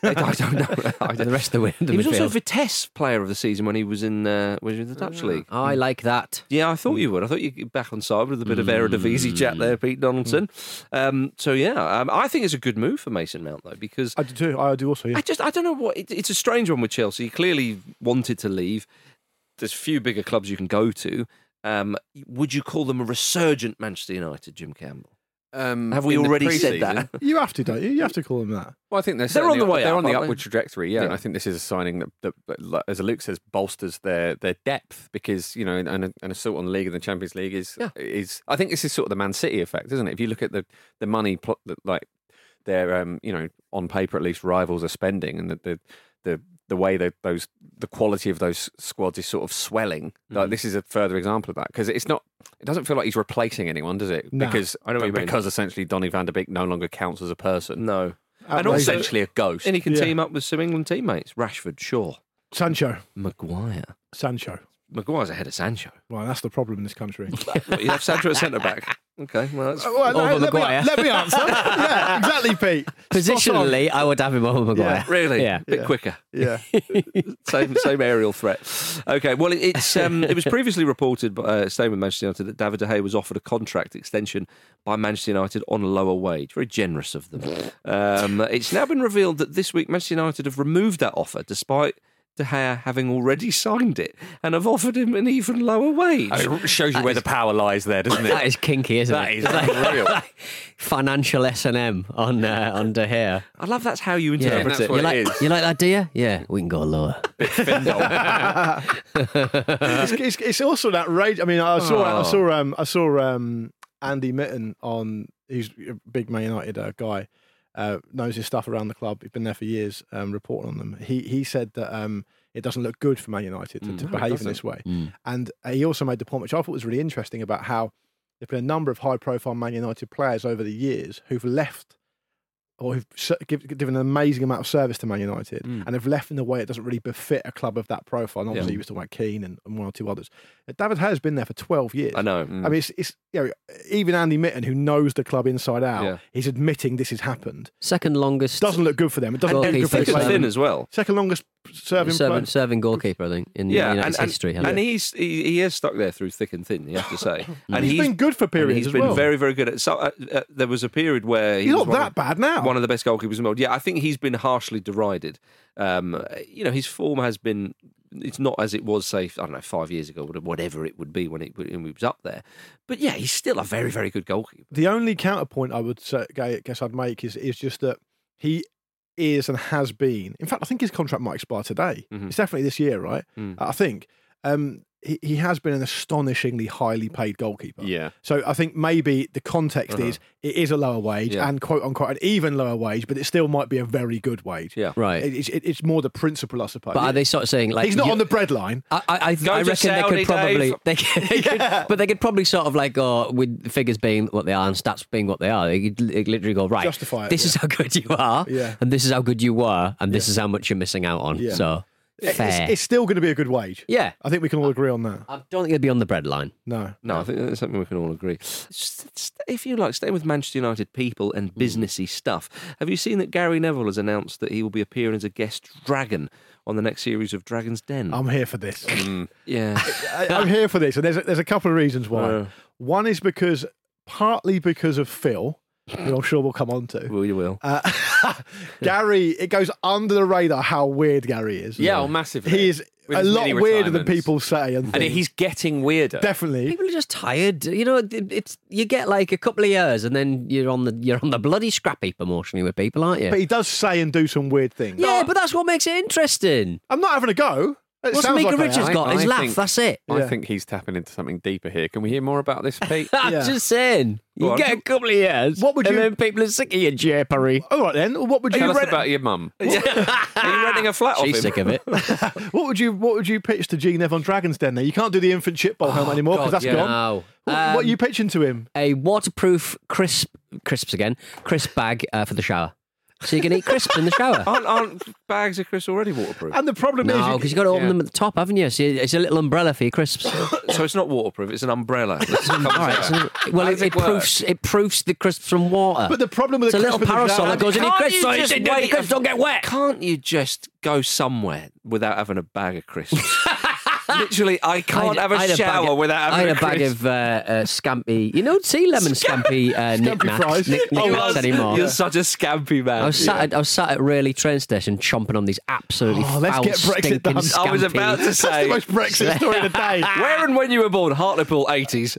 [SPEAKER 3] I, I don't know. I
[SPEAKER 1] the
[SPEAKER 3] don't-
[SPEAKER 1] rest of the, win, the
[SPEAKER 3] he was also
[SPEAKER 1] midfield.
[SPEAKER 3] Vitesse Player of the Season when he was in uh, when he was in the Dutch league.
[SPEAKER 1] I like that.
[SPEAKER 3] Yeah, I thought you would. I thought you'd back on side with a bit of Eredivisie chat there, Pete Donaldson. Um, so yeah, um, I think it's a good move for Mason Mount though because
[SPEAKER 2] I do too. I do also. Yeah.
[SPEAKER 3] I just I don't know what it, it's a strange one with Chelsea. He clearly wanted to leave. There's few bigger clubs you can go to. Um, would you call them a resurgent Manchester United, Jim Campbell?
[SPEAKER 4] Um,
[SPEAKER 3] Have we
[SPEAKER 4] in the
[SPEAKER 3] already said
[SPEAKER 4] pre-season-
[SPEAKER 3] that?
[SPEAKER 2] You have to, don't you? You have to call him that.
[SPEAKER 4] Well, I think they're,
[SPEAKER 3] They're on the
[SPEAKER 4] certainly-
[SPEAKER 3] way
[SPEAKER 4] They're
[SPEAKER 3] up,
[SPEAKER 4] on the
[SPEAKER 3] aren't they?
[SPEAKER 4] upward trajectory, yeah. And
[SPEAKER 3] Yeah.
[SPEAKER 4] I think this is a signing that, that, that, as Luke says, bolsters their their depth because you know an, an assault on the league and the Champions League is
[SPEAKER 3] Yeah.
[SPEAKER 4] is. I think this is sort of the Man City effect, isn't it? If you look at the the money plot that like their um you know on paper at least rivals are spending and the the the, the way that those the quality of those squads is sort of swelling.
[SPEAKER 3] Mm-hmm.
[SPEAKER 4] Like this is a further example of that because it's not. It doesn't feel like he's replacing anyone, does it?
[SPEAKER 2] No.
[SPEAKER 4] Because
[SPEAKER 3] I know what you mean.
[SPEAKER 4] because essentially Donny Van Der Beek no longer counts as a person
[SPEAKER 3] No,
[SPEAKER 4] and
[SPEAKER 3] also-
[SPEAKER 4] essentially a ghost.
[SPEAKER 3] And he can
[SPEAKER 2] Yeah.
[SPEAKER 3] team up with some England teammates, Rashford, Shaw.
[SPEAKER 2] Sancho.
[SPEAKER 3] Maguire.
[SPEAKER 2] Sancho.
[SPEAKER 3] Maguire's ahead of Sancho.
[SPEAKER 2] Well, that's the problem in this country.
[SPEAKER 3] What, you have Sancho at centre back. Okay, well, that's
[SPEAKER 2] Well,
[SPEAKER 1] Over
[SPEAKER 2] let, me,
[SPEAKER 1] Maguire.
[SPEAKER 2] let me answer. yeah, exactly, Pete. Spot on.
[SPEAKER 1] Positionally, I would have him over Maguire.
[SPEAKER 3] really
[SPEAKER 1] Yeah.
[SPEAKER 3] a bit quicker.
[SPEAKER 2] Yeah.
[SPEAKER 3] same same aerial threat. Okay, well it- it's um, it was previously reported by uh, staying with Manchester United that David de Gea was offered a contract extension by Manchester United on a lower wage. Very generous of them. Um, it's now been revealed that this week Manchester United have removed that offer despite De Gea having already signed it and have offered him an even lower wage.
[SPEAKER 4] I mean, it shows you where the power lies there, doesn't it?
[SPEAKER 1] That is kinky, isn't
[SPEAKER 4] That
[SPEAKER 1] it?
[SPEAKER 4] is unreal.
[SPEAKER 1] Financial S and M on uh, on De Gea.
[SPEAKER 3] I love that's how you
[SPEAKER 1] Yeah, uh,
[SPEAKER 3] interpret
[SPEAKER 4] that's
[SPEAKER 3] it.
[SPEAKER 4] what
[SPEAKER 1] you
[SPEAKER 4] it
[SPEAKER 1] like
[SPEAKER 4] is.
[SPEAKER 1] you like that, do you? Yeah, we can go lower.
[SPEAKER 2] it's, it's, it's also that rage. I mean, I saw, I saw, um, I saw um, Andy Mitten on. He's a big Man United uh, guy. Uh, knows his stuff around the club. He's been there for years, um, reporting on them. He he said that um, it doesn't look good for Man United to, to behave in this way. And uh, he also made the point, which I thought was really interesting, about how there've been a number of high-profile Man United players over the years who've left or who've s- give- given an amazing amount of service to Man United and have left in a way it doesn't really befit a club of that profile. And obviously, he was talking about Keane and, and one or two others. Uh, David Hayes has been there for 12 years.
[SPEAKER 3] I know. Mm.
[SPEAKER 2] I mean, it's, it's you know, even Andy Mitten, who knows the club inside out,
[SPEAKER 3] Yeah.
[SPEAKER 2] he's admitting this has happened.
[SPEAKER 1] Second longest
[SPEAKER 2] Doesn't look good for them. It doesn't
[SPEAKER 1] And-
[SPEAKER 2] look
[SPEAKER 1] and
[SPEAKER 2] good for the
[SPEAKER 1] Goalkeeper.
[SPEAKER 3] Thick and
[SPEAKER 2] club.
[SPEAKER 3] thin as well.
[SPEAKER 2] Second longest serving, player.
[SPEAKER 1] serving, serving goalkeeper, I think, in
[SPEAKER 3] Yeah,
[SPEAKER 1] United's
[SPEAKER 3] and, and,
[SPEAKER 1] history. hasn't
[SPEAKER 3] and
[SPEAKER 1] it?
[SPEAKER 3] he's he, he is stuck there through thick and thin. You have to say, and
[SPEAKER 2] Mm. he's been good for
[SPEAKER 3] and
[SPEAKER 2] periods
[SPEAKER 3] He's
[SPEAKER 2] as
[SPEAKER 3] been
[SPEAKER 2] well.
[SPEAKER 3] very, very good at. So, uh, uh, there was a period where he
[SPEAKER 2] He's
[SPEAKER 3] was
[SPEAKER 2] not
[SPEAKER 3] one
[SPEAKER 2] that
[SPEAKER 3] of,
[SPEAKER 2] bad now.
[SPEAKER 3] One of the best goalkeepers in the world. Yeah, I think he's been harshly derided. Um, you know, his form has been. It's not as it was, say, I don't know, five years ago, or whatever it would be when it when he was up there. But yeah, he's still a very, very good goalkeeper.
[SPEAKER 2] the only counterpoint I would say, I guess I'd make is is just that he is and has been. In fact, I think his contract might expire today.
[SPEAKER 1] Mm-hmm.
[SPEAKER 2] It's definitely this year, right?
[SPEAKER 1] Mm.
[SPEAKER 2] I think um, he he has been an astonishingly highly paid goalkeeper.
[SPEAKER 4] Yeah.
[SPEAKER 2] So I think maybe the context
[SPEAKER 1] Uh-huh.
[SPEAKER 2] is it is a lower wage
[SPEAKER 3] Yeah.
[SPEAKER 2] and quote unquote an even lower wage, but it still might be a very good wage.
[SPEAKER 3] Yeah.
[SPEAKER 1] Right.
[SPEAKER 2] It, it's- it, it's more the principle, I suppose.
[SPEAKER 1] but are they sort of saying like
[SPEAKER 2] He's not
[SPEAKER 1] you-
[SPEAKER 2] on the breadline.
[SPEAKER 1] I, I, I,
[SPEAKER 3] Go
[SPEAKER 1] I
[SPEAKER 3] to
[SPEAKER 1] reckon they
[SPEAKER 3] Saudi,
[SPEAKER 1] could probably,
[SPEAKER 3] Dave.
[SPEAKER 1] they could, they could- but they could probably sort of like, oh, with the figures being what they are and stats being what they are, they could li- literally go right.
[SPEAKER 2] Justify it,
[SPEAKER 1] This
[SPEAKER 2] yeah.
[SPEAKER 1] is how good you are,
[SPEAKER 2] Yeah.
[SPEAKER 1] and this is how good you were, and this is how much you're missing out on.
[SPEAKER 2] Yeah.
[SPEAKER 1] So
[SPEAKER 2] It's,
[SPEAKER 1] fair.
[SPEAKER 2] it's still going to be a good wage.
[SPEAKER 1] yeah, Uh,
[SPEAKER 2] I think we can all agree on that.
[SPEAKER 1] I don't think it'd be on the breadline.
[SPEAKER 2] No.
[SPEAKER 3] No, I think that's something we can all agree. St- st- If you like, stay with Manchester United people and businessy stuff. Have you seen that Gary Neville has announced that he will be appearing as a guest dragon on the next series of Dragon's Den?
[SPEAKER 2] I'm here for this.
[SPEAKER 3] yeah.
[SPEAKER 2] I, I'm here for this, and there's a, there's a couple of reasons why. One is because partly because of Phil, who I'm sure we'll come on to.
[SPEAKER 3] We will.
[SPEAKER 2] Uh, Gary, it goes under the radar how weird Gary is.
[SPEAKER 4] Yeah, oh, massively.
[SPEAKER 2] He is
[SPEAKER 4] With
[SPEAKER 2] a
[SPEAKER 4] his
[SPEAKER 2] lot
[SPEAKER 4] many
[SPEAKER 2] weirder than
[SPEAKER 4] retirements.
[SPEAKER 2] people say, and,
[SPEAKER 4] And
[SPEAKER 2] think.
[SPEAKER 4] he's getting weirder.
[SPEAKER 2] definitely.
[SPEAKER 1] People are just tired, you know. it- It's you get like a couple of years, and then you're on the you're on the bloody scrap heap emotionally with people, aren't you?
[SPEAKER 2] But he does say and do some weird things.
[SPEAKER 1] yeah, but that's what makes it interesting.
[SPEAKER 2] I'm not having a go. It
[SPEAKER 1] What's
[SPEAKER 2] sounds
[SPEAKER 1] Mika
[SPEAKER 2] like I
[SPEAKER 1] Richards
[SPEAKER 2] am.
[SPEAKER 1] got? His
[SPEAKER 4] I
[SPEAKER 1] laugh.
[SPEAKER 4] think-
[SPEAKER 1] That's it.
[SPEAKER 4] I
[SPEAKER 2] Yeah.
[SPEAKER 4] think he's tapping into something deeper here. Can we hear more about this, Pete?
[SPEAKER 1] I'm
[SPEAKER 2] Yeah.
[SPEAKER 1] just saying. You
[SPEAKER 3] Go on.
[SPEAKER 1] get a couple of years.
[SPEAKER 2] What would
[SPEAKER 1] and
[SPEAKER 2] you-
[SPEAKER 1] then people are sick of your japery.
[SPEAKER 2] All right then. What would you?
[SPEAKER 4] Tell us
[SPEAKER 2] rent-
[SPEAKER 4] about your mum.
[SPEAKER 3] Are you renting a flat off
[SPEAKER 1] She's
[SPEAKER 3] him?
[SPEAKER 1] sick of it.
[SPEAKER 2] what would you? What would you pitch to G Nev on Dragons Den? Now you can't do the infant shit bowl helmet anymore because that's
[SPEAKER 3] yeah.
[SPEAKER 2] gone.
[SPEAKER 1] No.
[SPEAKER 2] What,
[SPEAKER 1] Um,
[SPEAKER 2] what are you pitching to him?
[SPEAKER 1] A waterproof crisp, crisps again, crisp bag uh, for the shower. So you can eat crisps in the shower.
[SPEAKER 2] Oh,
[SPEAKER 3] Aren't, aren't bags of crisps already waterproof?
[SPEAKER 2] And the problem is,
[SPEAKER 1] No,
[SPEAKER 2] you-
[SPEAKER 1] because you've got to open
[SPEAKER 4] yeah.
[SPEAKER 1] them at the top, haven't you? So it's a little umbrella for your crisps.
[SPEAKER 3] so it's not waterproof, it's an umbrella.
[SPEAKER 1] All right. So, well,
[SPEAKER 3] How
[SPEAKER 1] it,
[SPEAKER 3] does
[SPEAKER 1] it
[SPEAKER 3] it work?
[SPEAKER 1] proofs it proofs the crisps from water.
[SPEAKER 2] But the problem with
[SPEAKER 1] it's
[SPEAKER 2] the
[SPEAKER 1] a little
[SPEAKER 2] crisp in the
[SPEAKER 1] parasol
[SPEAKER 2] shower-
[SPEAKER 1] that goes in your
[SPEAKER 3] Can't
[SPEAKER 1] crisps,
[SPEAKER 3] you
[SPEAKER 1] so
[SPEAKER 3] just
[SPEAKER 1] it- the
[SPEAKER 3] wait
[SPEAKER 1] crisps
[SPEAKER 3] a-
[SPEAKER 1] don't get wet.
[SPEAKER 3] Can't you just go somewhere without having a bag of crisps? Literally, I can't
[SPEAKER 1] I'd-
[SPEAKER 3] have a
[SPEAKER 1] I'd
[SPEAKER 3] shower
[SPEAKER 1] bag of-
[SPEAKER 3] without
[SPEAKER 1] I
[SPEAKER 3] having
[SPEAKER 1] had a bag
[SPEAKER 3] crisp.
[SPEAKER 1] of uh, uh, scampy, you know, sea lemon scampi uh, knickknacks,
[SPEAKER 2] fries.
[SPEAKER 1] knick-
[SPEAKER 2] Oh,
[SPEAKER 1] knickknacks
[SPEAKER 2] that's-
[SPEAKER 1] anymore.
[SPEAKER 3] You're such a scampy man.
[SPEAKER 1] I was sat. At, I was sat at Rayleigh train station, chomping on these absolutely
[SPEAKER 2] Oh, let's
[SPEAKER 1] foul,
[SPEAKER 2] get Brexit
[SPEAKER 1] stinking
[SPEAKER 2] done.
[SPEAKER 3] I was
[SPEAKER 1] scampi.
[SPEAKER 3] about to
[SPEAKER 2] That's the
[SPEAKER 3] say,
[SPEAKER 2] most Brexit story of the day.
[SPEAKER 3] where and when you were born, Hartlepool 80s.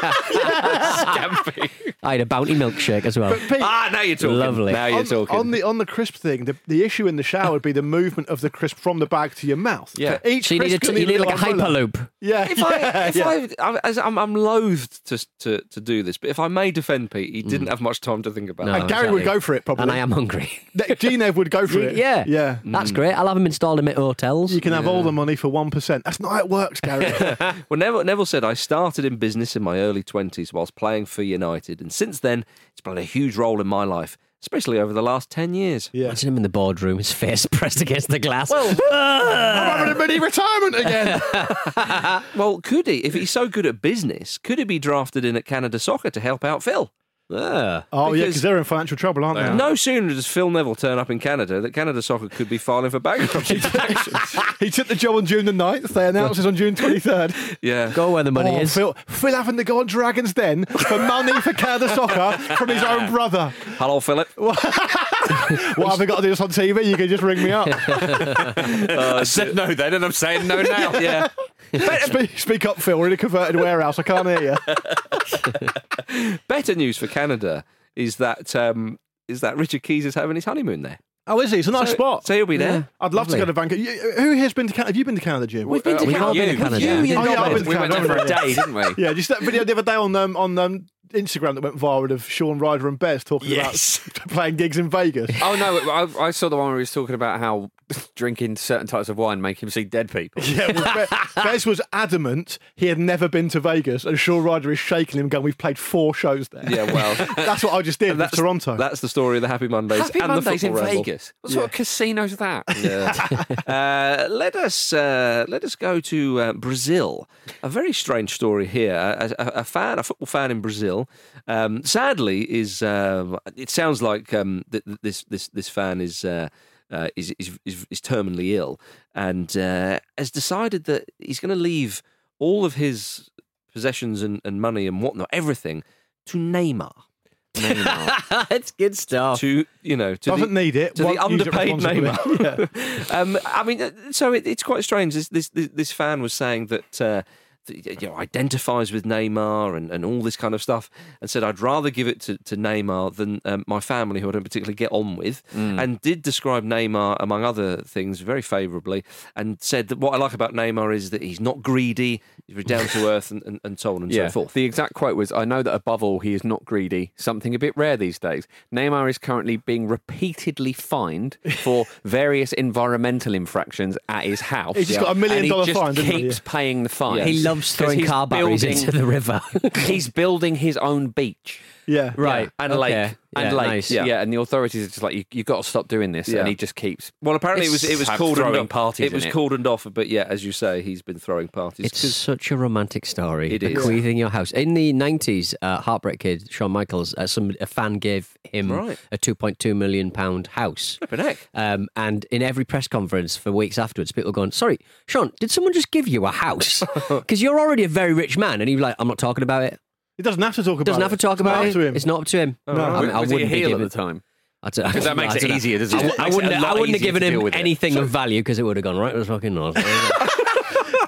[SPEAKER 3] Scampy.
[SPEAKER 1] I had a bounty milkshake as well.
[SPEAKER 2] Pete,
[SPEAKER 3] Ah, now you're talking.
[SPEAKER 1] Lovely.
[SPEAKER 3] Now you're
[SPEAKER 2] on,
[SPEAKER 3] talking.
[SPEAKER 2] on the on the crisp thing, the, the issue in the shower would be the movement of the crisp from the bag to your mouth.
[SPEAKER 3] Yeah.
[SPEAKER 2] each
[SPEAKER 1] So you need,
[SPEAKER 2] crisp
[SPEAKER 1] a,
[SPEAKER 2] can
[SPEAKER 1] you need
[SPEAKER 2] a
[SPEAKER 1] like a
[SPEAKER 2] little umbrella.
[SPEAKER 1] hyperloop.
[SPEAKER 2] Yeah,
[SPEAKER 3] if
[SPEAKER 2] yeah,
[SPEAKER 3] I, if
[SPEAKER 2] yeah.
[SPEAKER 3] I, I'm, as I'm, I'm loath to, to to do this, but if I may defend Pete, he didn't have much time to think about
[SPEAKER 1] Mm. No,
[SPEAKER 3] it.
[SPEAKER 2] And Gary would
[SPEAKER 1] Oh, exactly.
[SPEAKER 2] go for it, probably.
[SPEAKER 1] And I am hungry.
[SPEAKER 2] That- G-Nev would go for it.
[SPEAKER 1] yeah, Mm.
[SPEAKER 2] yeah.
[SPEAKER 3] Mm.
[SPEAKER 1] That's great. I'll have them installed in my hotels.
[SPEAKER 2] You can have all the money for one percent. That's not how it works, Gary.
[SPEAKER 3] Well, Neville, Neville said, I started in business in my early 20s whilst playing for United, and since then, it's played a huge role in my life especially over the last 10 years.
[SPEAKER 2] Yeah.
[SPEAKER 1] Imagine him in the boardroom, his face pressed against the glass. Well,
[SPEAKER 2] having a mini retirement again.
[SPEAKER 3] Well, could he, if he's so good at business, could he be drafted in at Canada Soccer to help out Phil?
[SPEAKER 2] oh yeah,
[SPEAKER 3] Because-
[SPEAKER 2] because they're in financial trouble, aren't they?
[SPEAKER 3] No sooner does Phil Neville turn up in Canada that Canada Soccer could be filing for bankruptcy.
[SPEAKER 2] he took the job on June the 9th. They announced this on June 23rd.
[SPEAKER 3] yeah.
[SPEAKER 1] go where the money
[SPEAKER 2] oh,
[SPEAKER 1] is.
[SPEAKER 2] Phil, Phil having to go on Dragons Den for money for Canada Soccer from his own brother.
[SPEAKER 3] Hello, Philip.
[SPEAKER 2] What have I got to do this on TV? You can just ring me up.
[SPEAKER 3] I said no then, and I'm saying no now. Uh, yeah.
[SPEAKER 2] speak, speak up, Phil. We're in a converted warehouse. I can't hear you.
[SPEAKER 3] Better news for Canada is that um, is that Richard Keys is having his honeymoon there.
[SPEAKER 2] Oh, is he? It's a nice
[SPEAKER 3] So-
[SPEAKER 2] spot.
[SPEAKER 3] So he'll be there.
[SPEAKER 2] I'd love to go to Vancouver. You- Who here's been to Canada? Have you been to Canada, Jim?
[SPEAKER 3] We've been to
[SPEAKER 1] We've
[SPEAKER 3] Canada.
[SPEAKER 1] all been to Canada.
[SPEAKER 3] You, you
[SPEAKER 2] Oh, yeah,
[SPEAKER 3] know,
[SPEAKER 2] I've been to
[SPEAKER 3] we went there
[SPEAKER 2] Canada,
[SPEAKER 3] for a
[SPEAKER 2] haven't
[SPEAKER 3] day, didn't we?
[SPEAKER 2] yeah, just that video the other day on um, on um, Instagram that went viral of Sean Ryder and Bez talking
[SPEAKER 3] Yes.
[SPEAKER 2] about playing gigs in Vegas.
[SPEAKER 4] Oh no! I, I saw the one where he was talking about how drinking certain types of wine make him see dead people.
[SPEAKER 2] Yeah, well, Be- Bez was adamant he had never been to Vegas, and Sean Ryder is shaking him, going, "We've played four shows there."
[SPEAKER 3] Yeah, well.
[SPEAKER 2] that's what I just did. That's Toronto.
[SPEAKER 3] That's the story of the Happy Mondays
[SPEAKER 4] Happy
[SPEAKER 3] and
[SPEAKER 4] Mondays
[SPEAKER 3] the
[SPEAKER 4] in
[SPEAKER 3] football ramble.
[SPEAKER 4] Vegas. What sort of casino's that?
[SPEAKER 3] uh, let us uh, let us go to uh, Brazil. A very strange story here. A, a, a fan, a football fan in Brazil, um, sadly is. um it sounds like um, th- th- this this this fan is. Uh, uh, is, is is is terminally ill and uh, has decided that he's going to leave all of his possessions and, and money and whatnot, everything, to Neymar.
[SPEAKER 1] it's good stuff.
[SPEAKER 3] To you know, to
[SPEAKER 2] Oh. Doesn't
[SPEAKER 3] the,
[SPEAKER 2] need it.
[SPEAKER 3] to the
[SPEAKER 2] Won't use it
[SPEAKER 3] underpaid
[SPEAKER 2] responsibly.
[SPEAKER 3] Neymar. Um, I mean, uh, so it, it's quite strange. This this this, this fan was saying that. Uh, that, you know, identifies with Neymar and, and all this kind of stuff, and said I'd rather give it to, to Neymar than um, my family, who I don't particularly get on with,
[SPEAKER 4] Mm.
[SPEAKER 3] and did describe Neymar among other things very favourably, and said that what I like about Neymar is that he's not greedy, he's very down to earth, and, and, and so on and so forth.
[SPEAKER 4] The exact quote was I know that above all, he is not greedy, something a bit rare these days. Neymar is currently being repeatedly fined for various environmental infractions at his house.
[SPEAKER 2] He just got a million
[SPEAKER 4] and he
[SPEAKER 2] dollar
[SPEAKER 4] just
[SPEAKER 2] fine, didn't
[SPEAKER 4] Keeps
[SPEAKER 2] he? Yeah.
[SPEAKER 4] paying the fine.
[SPEAKER 1] He loves throwing car batteries into the river.
[SPEAKER 4] he's building his own beach.
[SPEAKER 2] yeah,
[SPEAKER 1] Right,
[SPEAKER 4] And
[SPEAKER 1] okay.
[SPEAKER 4] lake. And
[SPEAKER 1] Yeah,
[SPEAKER 4] lake.
[SPEAKER 1] nice.
[SPEAKER 4] Yeah. and the authorities are just like, you, you got to stop doing this.
[SPEAKER 3] Yeah.
[SPEAKER 4] And he just keeps.
[SPEAKER 3] Well, apparently it was it was
[SPEAKER 4] Have
[SPEAKER 3] called and
[SPEAKER 4] throwing
[SPEAKER 3] off.
[SPEAKER 4] parties
[SPEAKER 3] It was
[SPEAKER 4] in it.
[SPEAKER 3] called and off, but yeah, as you say, he's been throwing parties.
[SPEAKER 1] It's
[SPEAKER 3] 'Cause-
[SPEAKER 1] such a romantic story.
[SPEAKER 3] It
[SPEAKER 1] It
[SPEAKER 3] is.
[SPEAKER 1] is. Bequeathing your house. In the 90s, uh, Heartbreak Kid, Shawn Michaels, uh, some, a fan gave him
[SPEAKER 3] Right.
[SPEAKER 1] a £2.2 million pound house.
[SPEAKER 3] Flippin' heck.
[SPEAKER 1] Um, and in every press conference for weeks afterwards, people going, Sorry, Sean, did someone just give you a house? Because you're already a very rich man. And he's like, I'm not talking about it.
[SPEAKER 2] he doesn't have to talk about.
[SPEAKER 1] Doesn't have
[SPEAKER 2] it.
[SPEAKER 1] to talk about it.
[SPEAKER 2] It's not up to him.
[SPEAKER 1] It's not up to him.
[SPEAKER 2] No.
[SPEAKER 1] I, mean, I
[SPEAKER 4] was he a
[SPEAKER 1] wouldn't be
[SPEAKER 4] heel at
[SPEAKER 1] given-
[SPEAKER 4] the time?
[SPEAKER 1] I don't-
[SPEAKER 4] Because that makes
[SPEAKER 1] I
[SPEAKER 4] it
[SPEAKER 1] don't know.
[SPEAKER 4] easier, doesn't it?
[SPEAKER 1] I,
[SPEAKER 4] It
[SPEAKER 1] I
[SPEAKER 4] makes it
[SPEAKER 1] wouldn't,
[SPEAKER 4] a
[SPEAKER 1] I
[SPEAKER 4] lot
[SPEAKER 1] wouldn't have
[SPEAKER 4] easier to
[SPEAKER 1] given
[SPEAKER 4] deal
[SPEAKER 1] him
[SPEAKER 4] with it.
[SPEAKER 1] anything of value because it would have gone right. It was fucking nice.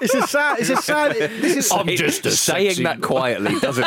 [SPEAKER 2] It's a sad. It's a sad. This is.
[SPEAKER 4] I'm just saying that quietly doesn't.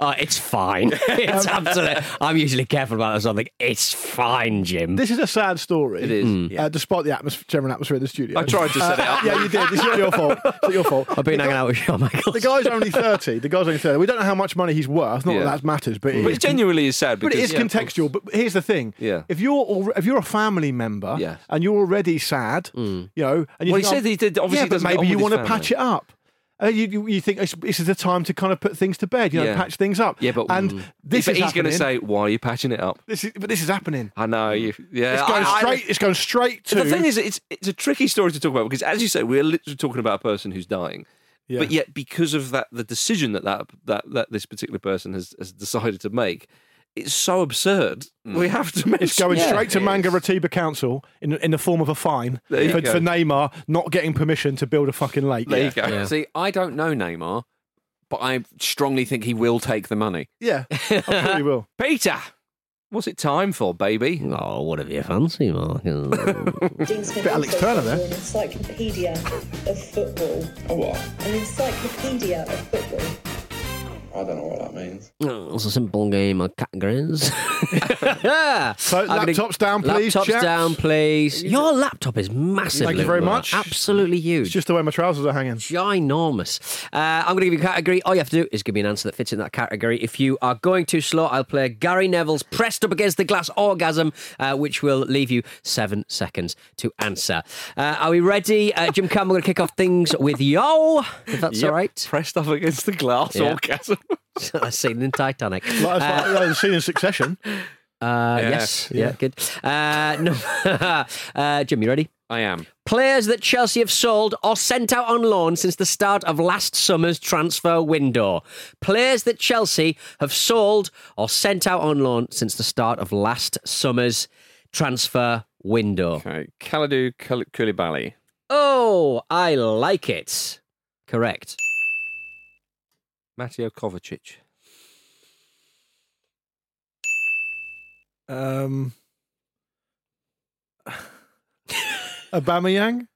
[SPEAKER 1] Uh, it's fine. It's absolute. I'm usually careful about that sort of thing. It's fine, Jim.
[SPEAKER 2] This is a sad story. It
[SPEAKER 3] is,
[SPEAKER 2] uh, despite the atmosphere, general atmosphere in the studio. Uh,
[SPEAKER 3] I tried to set it up.
[SPEAKER 2] yeah, you did. It's not your fault. It's not your fault.
[SPEAKER 1] I've been hanging out with Shawn Michaels.
[SPEAKER 2] The guy's only thirty. The guy's only thirty. We don't know how much money he's worth. Not
[SPEAKER 3] Yeah.
[SPEAKER 2] that that matters, but, it
[SPEAKER 3] But
[SPEAKER 2] is
[SPEAKER 3] it genuinely is sad.
[SPEAKER 2] But
[SPEAKER 3] Because,
[SPEAKER 2] it is
[SPEAKER 3] yeah,
[SPEAKER 2] contextual. But here's the thing:
[SPEAKER 3] Yeah.
[SPEAKER 2] if you're al- if you're a family member
[SPEAKER 3] Yes. Mm.
[SPEAKER 2] and you're already sad, you know, and you
[SPEAKER 3] Well, he
[SPEAKER 2] think,
[SPEAKER 3] said
[SPEAKER 2] "Oh,
[SPEAKER 3] he did- obviously
[SPEAKER 2] yeah,
[SPEAKER 3] he
[SPEAKER 2] but
[SPEAKER 3] doesn't get on
[SPEAKER 2] maybe you
[SPEAKER 3] with
[SPEAKER 2] want
[SPEAKER 3] his
[SPEAKER 2] to
[SPEAKER 3] family.
[SPEAKER 2] patch it up. Uh, you, you you think this, this is the time to kind of put things to bed, you know,
[SPEAKER 3] Yeah.
[SPEAKER 2] patch things up.
[SPEAKER 3] Yeah, but
[SPEAKER 2] and
[SPEAKER 3] mm.
[SPEAKER 2] this
[SPEAKER 3] But
[SPEAKER 2] is
[SPEAKER 3] he's going to say,
[SPEAKER 2] happening.
[SPEAKER 3] "Why are you patching it up?"
[SPEAKER 2] this is, but this is happening.
[SPEAKER 3] I know you. Yeah,
[SPEAKER 2] It's going
[SPEAKER 3] I- I-
[SPEAKER 2] straight. It's going straight to
[SPEAKER 3] the thing is, it's it's a tricky story to talk about because, as you say, we're literally talking about a person who's dying.
[SPEAKER 2] Yeah.
[SPEAKER 3] But yet, because of that, the decision that that that, that this particular person has, has decided to make, it's so absurd. We have to mention
[SPEAKER 2] Mm. It's going
[SPEAKER 3] it.
[SPEAKER 2] straight to Mangaratiba Council in in the form of a fine for,
[SPEAKER 3] There you go.
[SPEAKER 2] for Neymar not getting permission to build a fucking lake.
[SPEAKER 3] There you go.
[SPEAKER 1] Yeah.
[SPEAKER 4] See, I don't know Neymar, but I strongly think he will take the money.
[SPEAKER 2] Yeah, I'm sure you will.
[SPEAKER 3] Peter, what's it time for,
[SPEAKER 2] Mm.
[SPEAKER 3] baby?
[SPEAKER 1] Oh, whatever you fancy, Mark.
[SPEAKER 2] Bit Alex Turner there.
[SPEAKER 8] An encyclopedia of football.
[SPEAKER 7] Oh, what?
[SPEAKER 8] An encyclopedia of football.
[SPEAKER 7] I don't know what that means.
[SPEAKER 1] Oh, it's a simple game of categories. yeah.
[SPEAKER 2] So, laptops down, please,
[SPEAKER 1] Laptops
[SPEAKER 2] chaps.
[SPEAKER 1] down, please. Your laptop is massive.
[SPEAKER 2] Thank you
[SPEAKER 1] Luke
[SPEAKER 2] very
[SPEAKER 1] Miller.
[SPEAKER 2] much.
[SPEAKER 1] Absolutely huge.
[SPEAKER 2] It's just the way my trousers are hanging.
[SPEAKER 1] ginormous. Uh, I'm going to give you a category. All you have to do is give me an answer that fits in that category. If you are going too slow, I'll play Gary Neville's Pressed Up Against the Glass Orgasm, uh, which will leave you seven seconds to answer. Uh, are we ready? Uh, Jim Campbell, we're going to kick off things with yo, if that's all right.
[SPEAKER 3] Pressed up against the glass
[SPEAKER 1] Yeah.
[SPEAKER 3] orgasm.
[SPEAKER 1] That's seen in Titanic.
[SPEAKER 2] Like, it's like- yeah, the scene in Succession.
[SPEAKER 1] Uh, yes.
[SPEAKER 4] Yes.
[SPEAKER 1] Yeah, good. Uh, no. uh, Jim, you ready?
[SPEAKER 4] I am.
[SPEAKER 1] Players that Chelsea have sold or sent out on loan since the start of last summer's transfer window. Players that Chelsea have sold or sent out on loan since the start of last summer's transfer window.
[SPEAKER 4] Okay. Kalidou Kul- Koulibaly.
[SPEAKER 1] Oh, I like it. Correct.
[SPEAKER 4] Matteo Kovacic.
[SPEAKER 2] Um, Abamayang?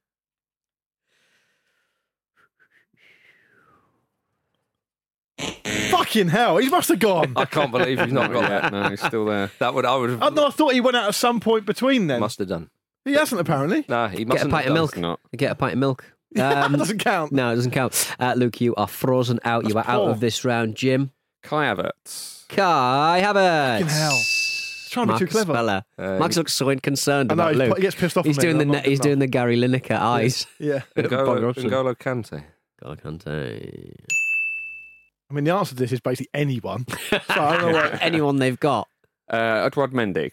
[SPEAKER 2] Fucking hell, he must have gone.
[SPEAKER 3] I can't believe you've not
[SPEAKER 4] Not
[SPEAKER 3] got
[SPEAKER 4] yet.
[SPEAKER 3] that.
[SPEAKER 4] No, he's still there.
[SPEAKER 3] That would I would have
[SPEAKER 2] I, no, I thought he went out at some point between then.
[SPEAKER 3] must have done.
[SPEAKER 2] He hasn't apparently.
[SPEAKER 3] Nah, he must
[SPEAKER 1] Get a
[SPEAKER 3] have
[SPEAKER 1] pint of
[SPEAKER 3] done.
[SPEAKER 1] milk.
[SPEAKER 4] Not.
[SPEAKER 1] Get a pint of milk. Um,
[SPEAKER 2] that doesn't count.
[SPEAKER 1] No, it doesn't count. Uh, Luke, you are frozen out. you are
[SPEAKER 2] That's
[SPEAKER 1] out
[SPEAKER 2] poor.
[SPEAKER 1] of this round, Jim.
[SPEAKER 4] Kai Havertz.
[SPEAKER 1] Kai Havertz.
[SPEAKER 2] Fucking hell. Trying to be too
[SPEAKER 1] Marcus
[SPEAKER 2] clever.
[SPEAKER 1] Speller. Max looks so concerned
[SPEAKER 2] I know,
[SPEAKER 1] about
[SPEAKER 2] he's-
[SPEAKER 1] Luke.
[SPEAKER 2] he gets pissed off
[SPEAKER 1] He's
[SPEAKER 2] at me,
[SPEAKER 1] doing the
[SPEAKER 2] I'm not
[SPEAKER 1] he's
[SPEAKER 2] good
[SPEAKER 1] doing the Gary Lineker eyes.
[SPEAKER 2] Yeah.
[SPEAKER 4] N'Golo
[SPEAKER 1] Bogorson.
[SPEAKER 4] N'Golo Kante.
[SPEAKER 1] God, I can't say.
[SPEAKER 2] I mean, the answer to this is basically anyone. So I don't know what.
[SPEAKER 1] Anyone they've got.
[SPEAKER 4] Uh, Edward Mendy.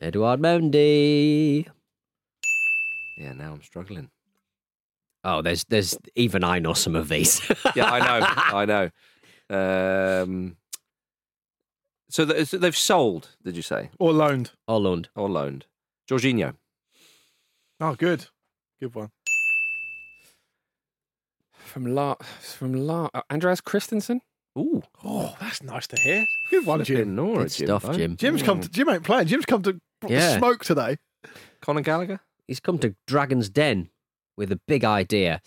[SPEAKER 1] Eduard Mendy.
[SPEAKER 3] Yeah, now I'm struggling.
[SPEAKER 1] Oh, there's there's even I know some of these.
[SPEAKER 3] Yeah, I know. I know. Um, so, th- so they've sold, did you say,
[SPEAKER 2] Or loaned.
[SPEAKER 1] Holland.
[SPEAKER 3] or loaned? Jorginho.
[SPEAKER 2] Oh, good. Good one.
[SPEAKER 4] From La. From La. uh, Andreas Christensen.
[SPEAKER 3] Ooh,
[SPEAKER 2] Oh, that's nice to hear. Good one,
[SPEAKER 3] flipping
[SPEAKER 2] Jim.
[SPEAKER 3] Nora,
[SPEAKER 1] Good stuff,
[SPEAKER 3] though.
[SPEAKER 1] Jim.
[SPEAKER 2] Jim's come. To, Jim ain't playing. Jim's come to
[SPEAKER 1] Yeah.
[SPEAKER 2] smoke today.
[SPEAKER 3] Conor Gallagher.
[SPEAKER 1] He's come to Dragon's Den with a big idea.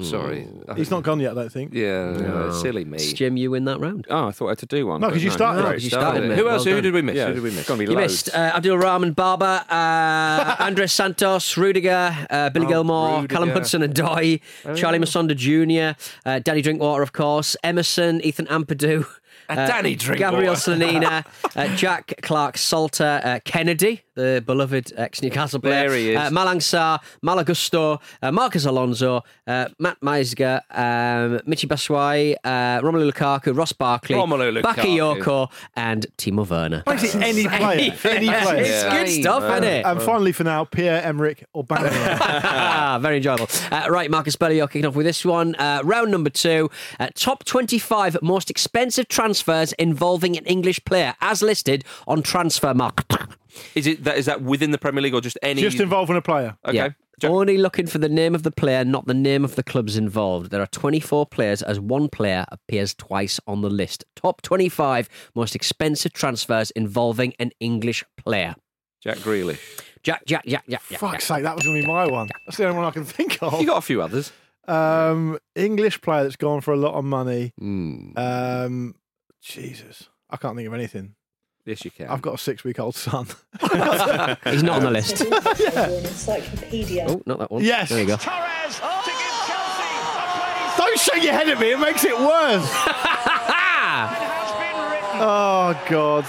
[SPEAKER 3] Sorry, I
[SPEAKER 2] He's not
[SPEAKER 3] think-
[SPEAKER 2] gone yet. I don't think.
[SPEAKER 3] Yeah,
[SPEAKER 1] No.
[SPEAKER 3] silly me.
[SPEAKER 1] Jim, you win that round.
[SPEAKER 4] Oh, I thought I had to do one.
[SPEAKER 2] No,
[SPEAKER 4] but
[SPEAKER 2] 'cause you started
[SPEAKER 1] No,
[SPEAKER 2] Right,
[SPEAKER 1] because you
[SPEAKER 3] done
[SPEAKER 1] started,
[SPEAKER 3] it.
[SPEAKER 1] mate.
[SPEAKER 3] Who
[SPEAKER 1] Well
[SPEAKER 3] else? Who
[SPEAKER 1] done.
[SPEAKER 3] did we miss?
[SPEAKER 4] Yeah,
[SPEAKER 3] Who did we miss?
[SPEAKER 4] It's gonna be
[SPEAKER 1] You
[SPEAKER 4] loads.
[SPEAKER 1] missed uh, Abdul Rahman Barber, uh, Andres Santos, Rudiger, uh, Billy
[SPEAKER 3] Oh,
[SPEAKER 1] Gilmore, Callum
[SPEAKER 3] Rudiger. Oh,
[SPEAKER 1] Hudson and Doy, Charlie Masonda Jr., uh, Danny Drinkwater, of course, Emerson, Ethan Ampadu,
[SPEAKER 3] Uh, Danny Drinkwater.
[SPEAKER 1] Gabriel Slanina, uh, Jack Clark Salter, uh, Kennedy, the beloved ex Newcastle player,
[SPEAKER 3] There he is.
[SPEAKER 1] Uh, Malang Sarr, Malagusto, uh, Marcus Alonso, uh, Matt Meisger, um, Michi Baswai, uh, Romelu Lukaku, Ross Barkley,
[SPEAKER 3] Romelu Lukaku.
[SPEAKER 1] Bakayoko, and Timo Werner.
[SPEAKER 2] Basically, any player. Any player.
[SPEAKER 1] It's good stuff, isn't it?
[SPEAKER 2] And finally, for now, Pierre Emerick or
[SPEAKER 1] Ah, very enjoyable. Uh, right, Marcus Belli, you're kicking off with this one. Uh, round number two. Uh, top 25 most expensive transfers involving an English player, as listed on Transfer Market.
[SPEAKER 3] Is it that? Is that within the Premier League or just any?
[SPEAKER 2] Just involving a player.
[SPEAKER 3] Okay. Ja-
[SPEAKER 1] Only looking for the name of the player, not the name of the clubs involved. There are 24 players, as one player appears twice on the list. Top 25 most expensive transfers involving an English player.
[SPEAKER 3] Jack Grealish.
[SPEAKER 1] Jack, Jack, Jack, Jack. Jack,
[SPEAKER 2] Fuck's
[SPEAKER 1] Jack.
[SPEAKER 2] sake, that was going to be my one. That's the only one I can think
[SPEAKER 3] You
[SPEAKER 2] of.
[SPEAKER 3] got a few others.
[SPEAKER 2] Um, English player that's gone for a lot of money. Um, Jesus, I can't think of anything.
[SPEAKER 3] Yes, you can.
[SPEAKER 2] I've got a six-week-old son.
[SPEAKER 1] He's not on the
[SPEAKER 8] The
[SPEAKER 1] list.
[SPEAKER 8] Bundesliga are an encyclopedia.
[SPEAKER 1] Oh, not that one.
[SPEAKER 2] Yes.
[SPEAKER 1] There you go.
[SPEAKER 2] Don't shake your head at me; it makes it worse. oh God,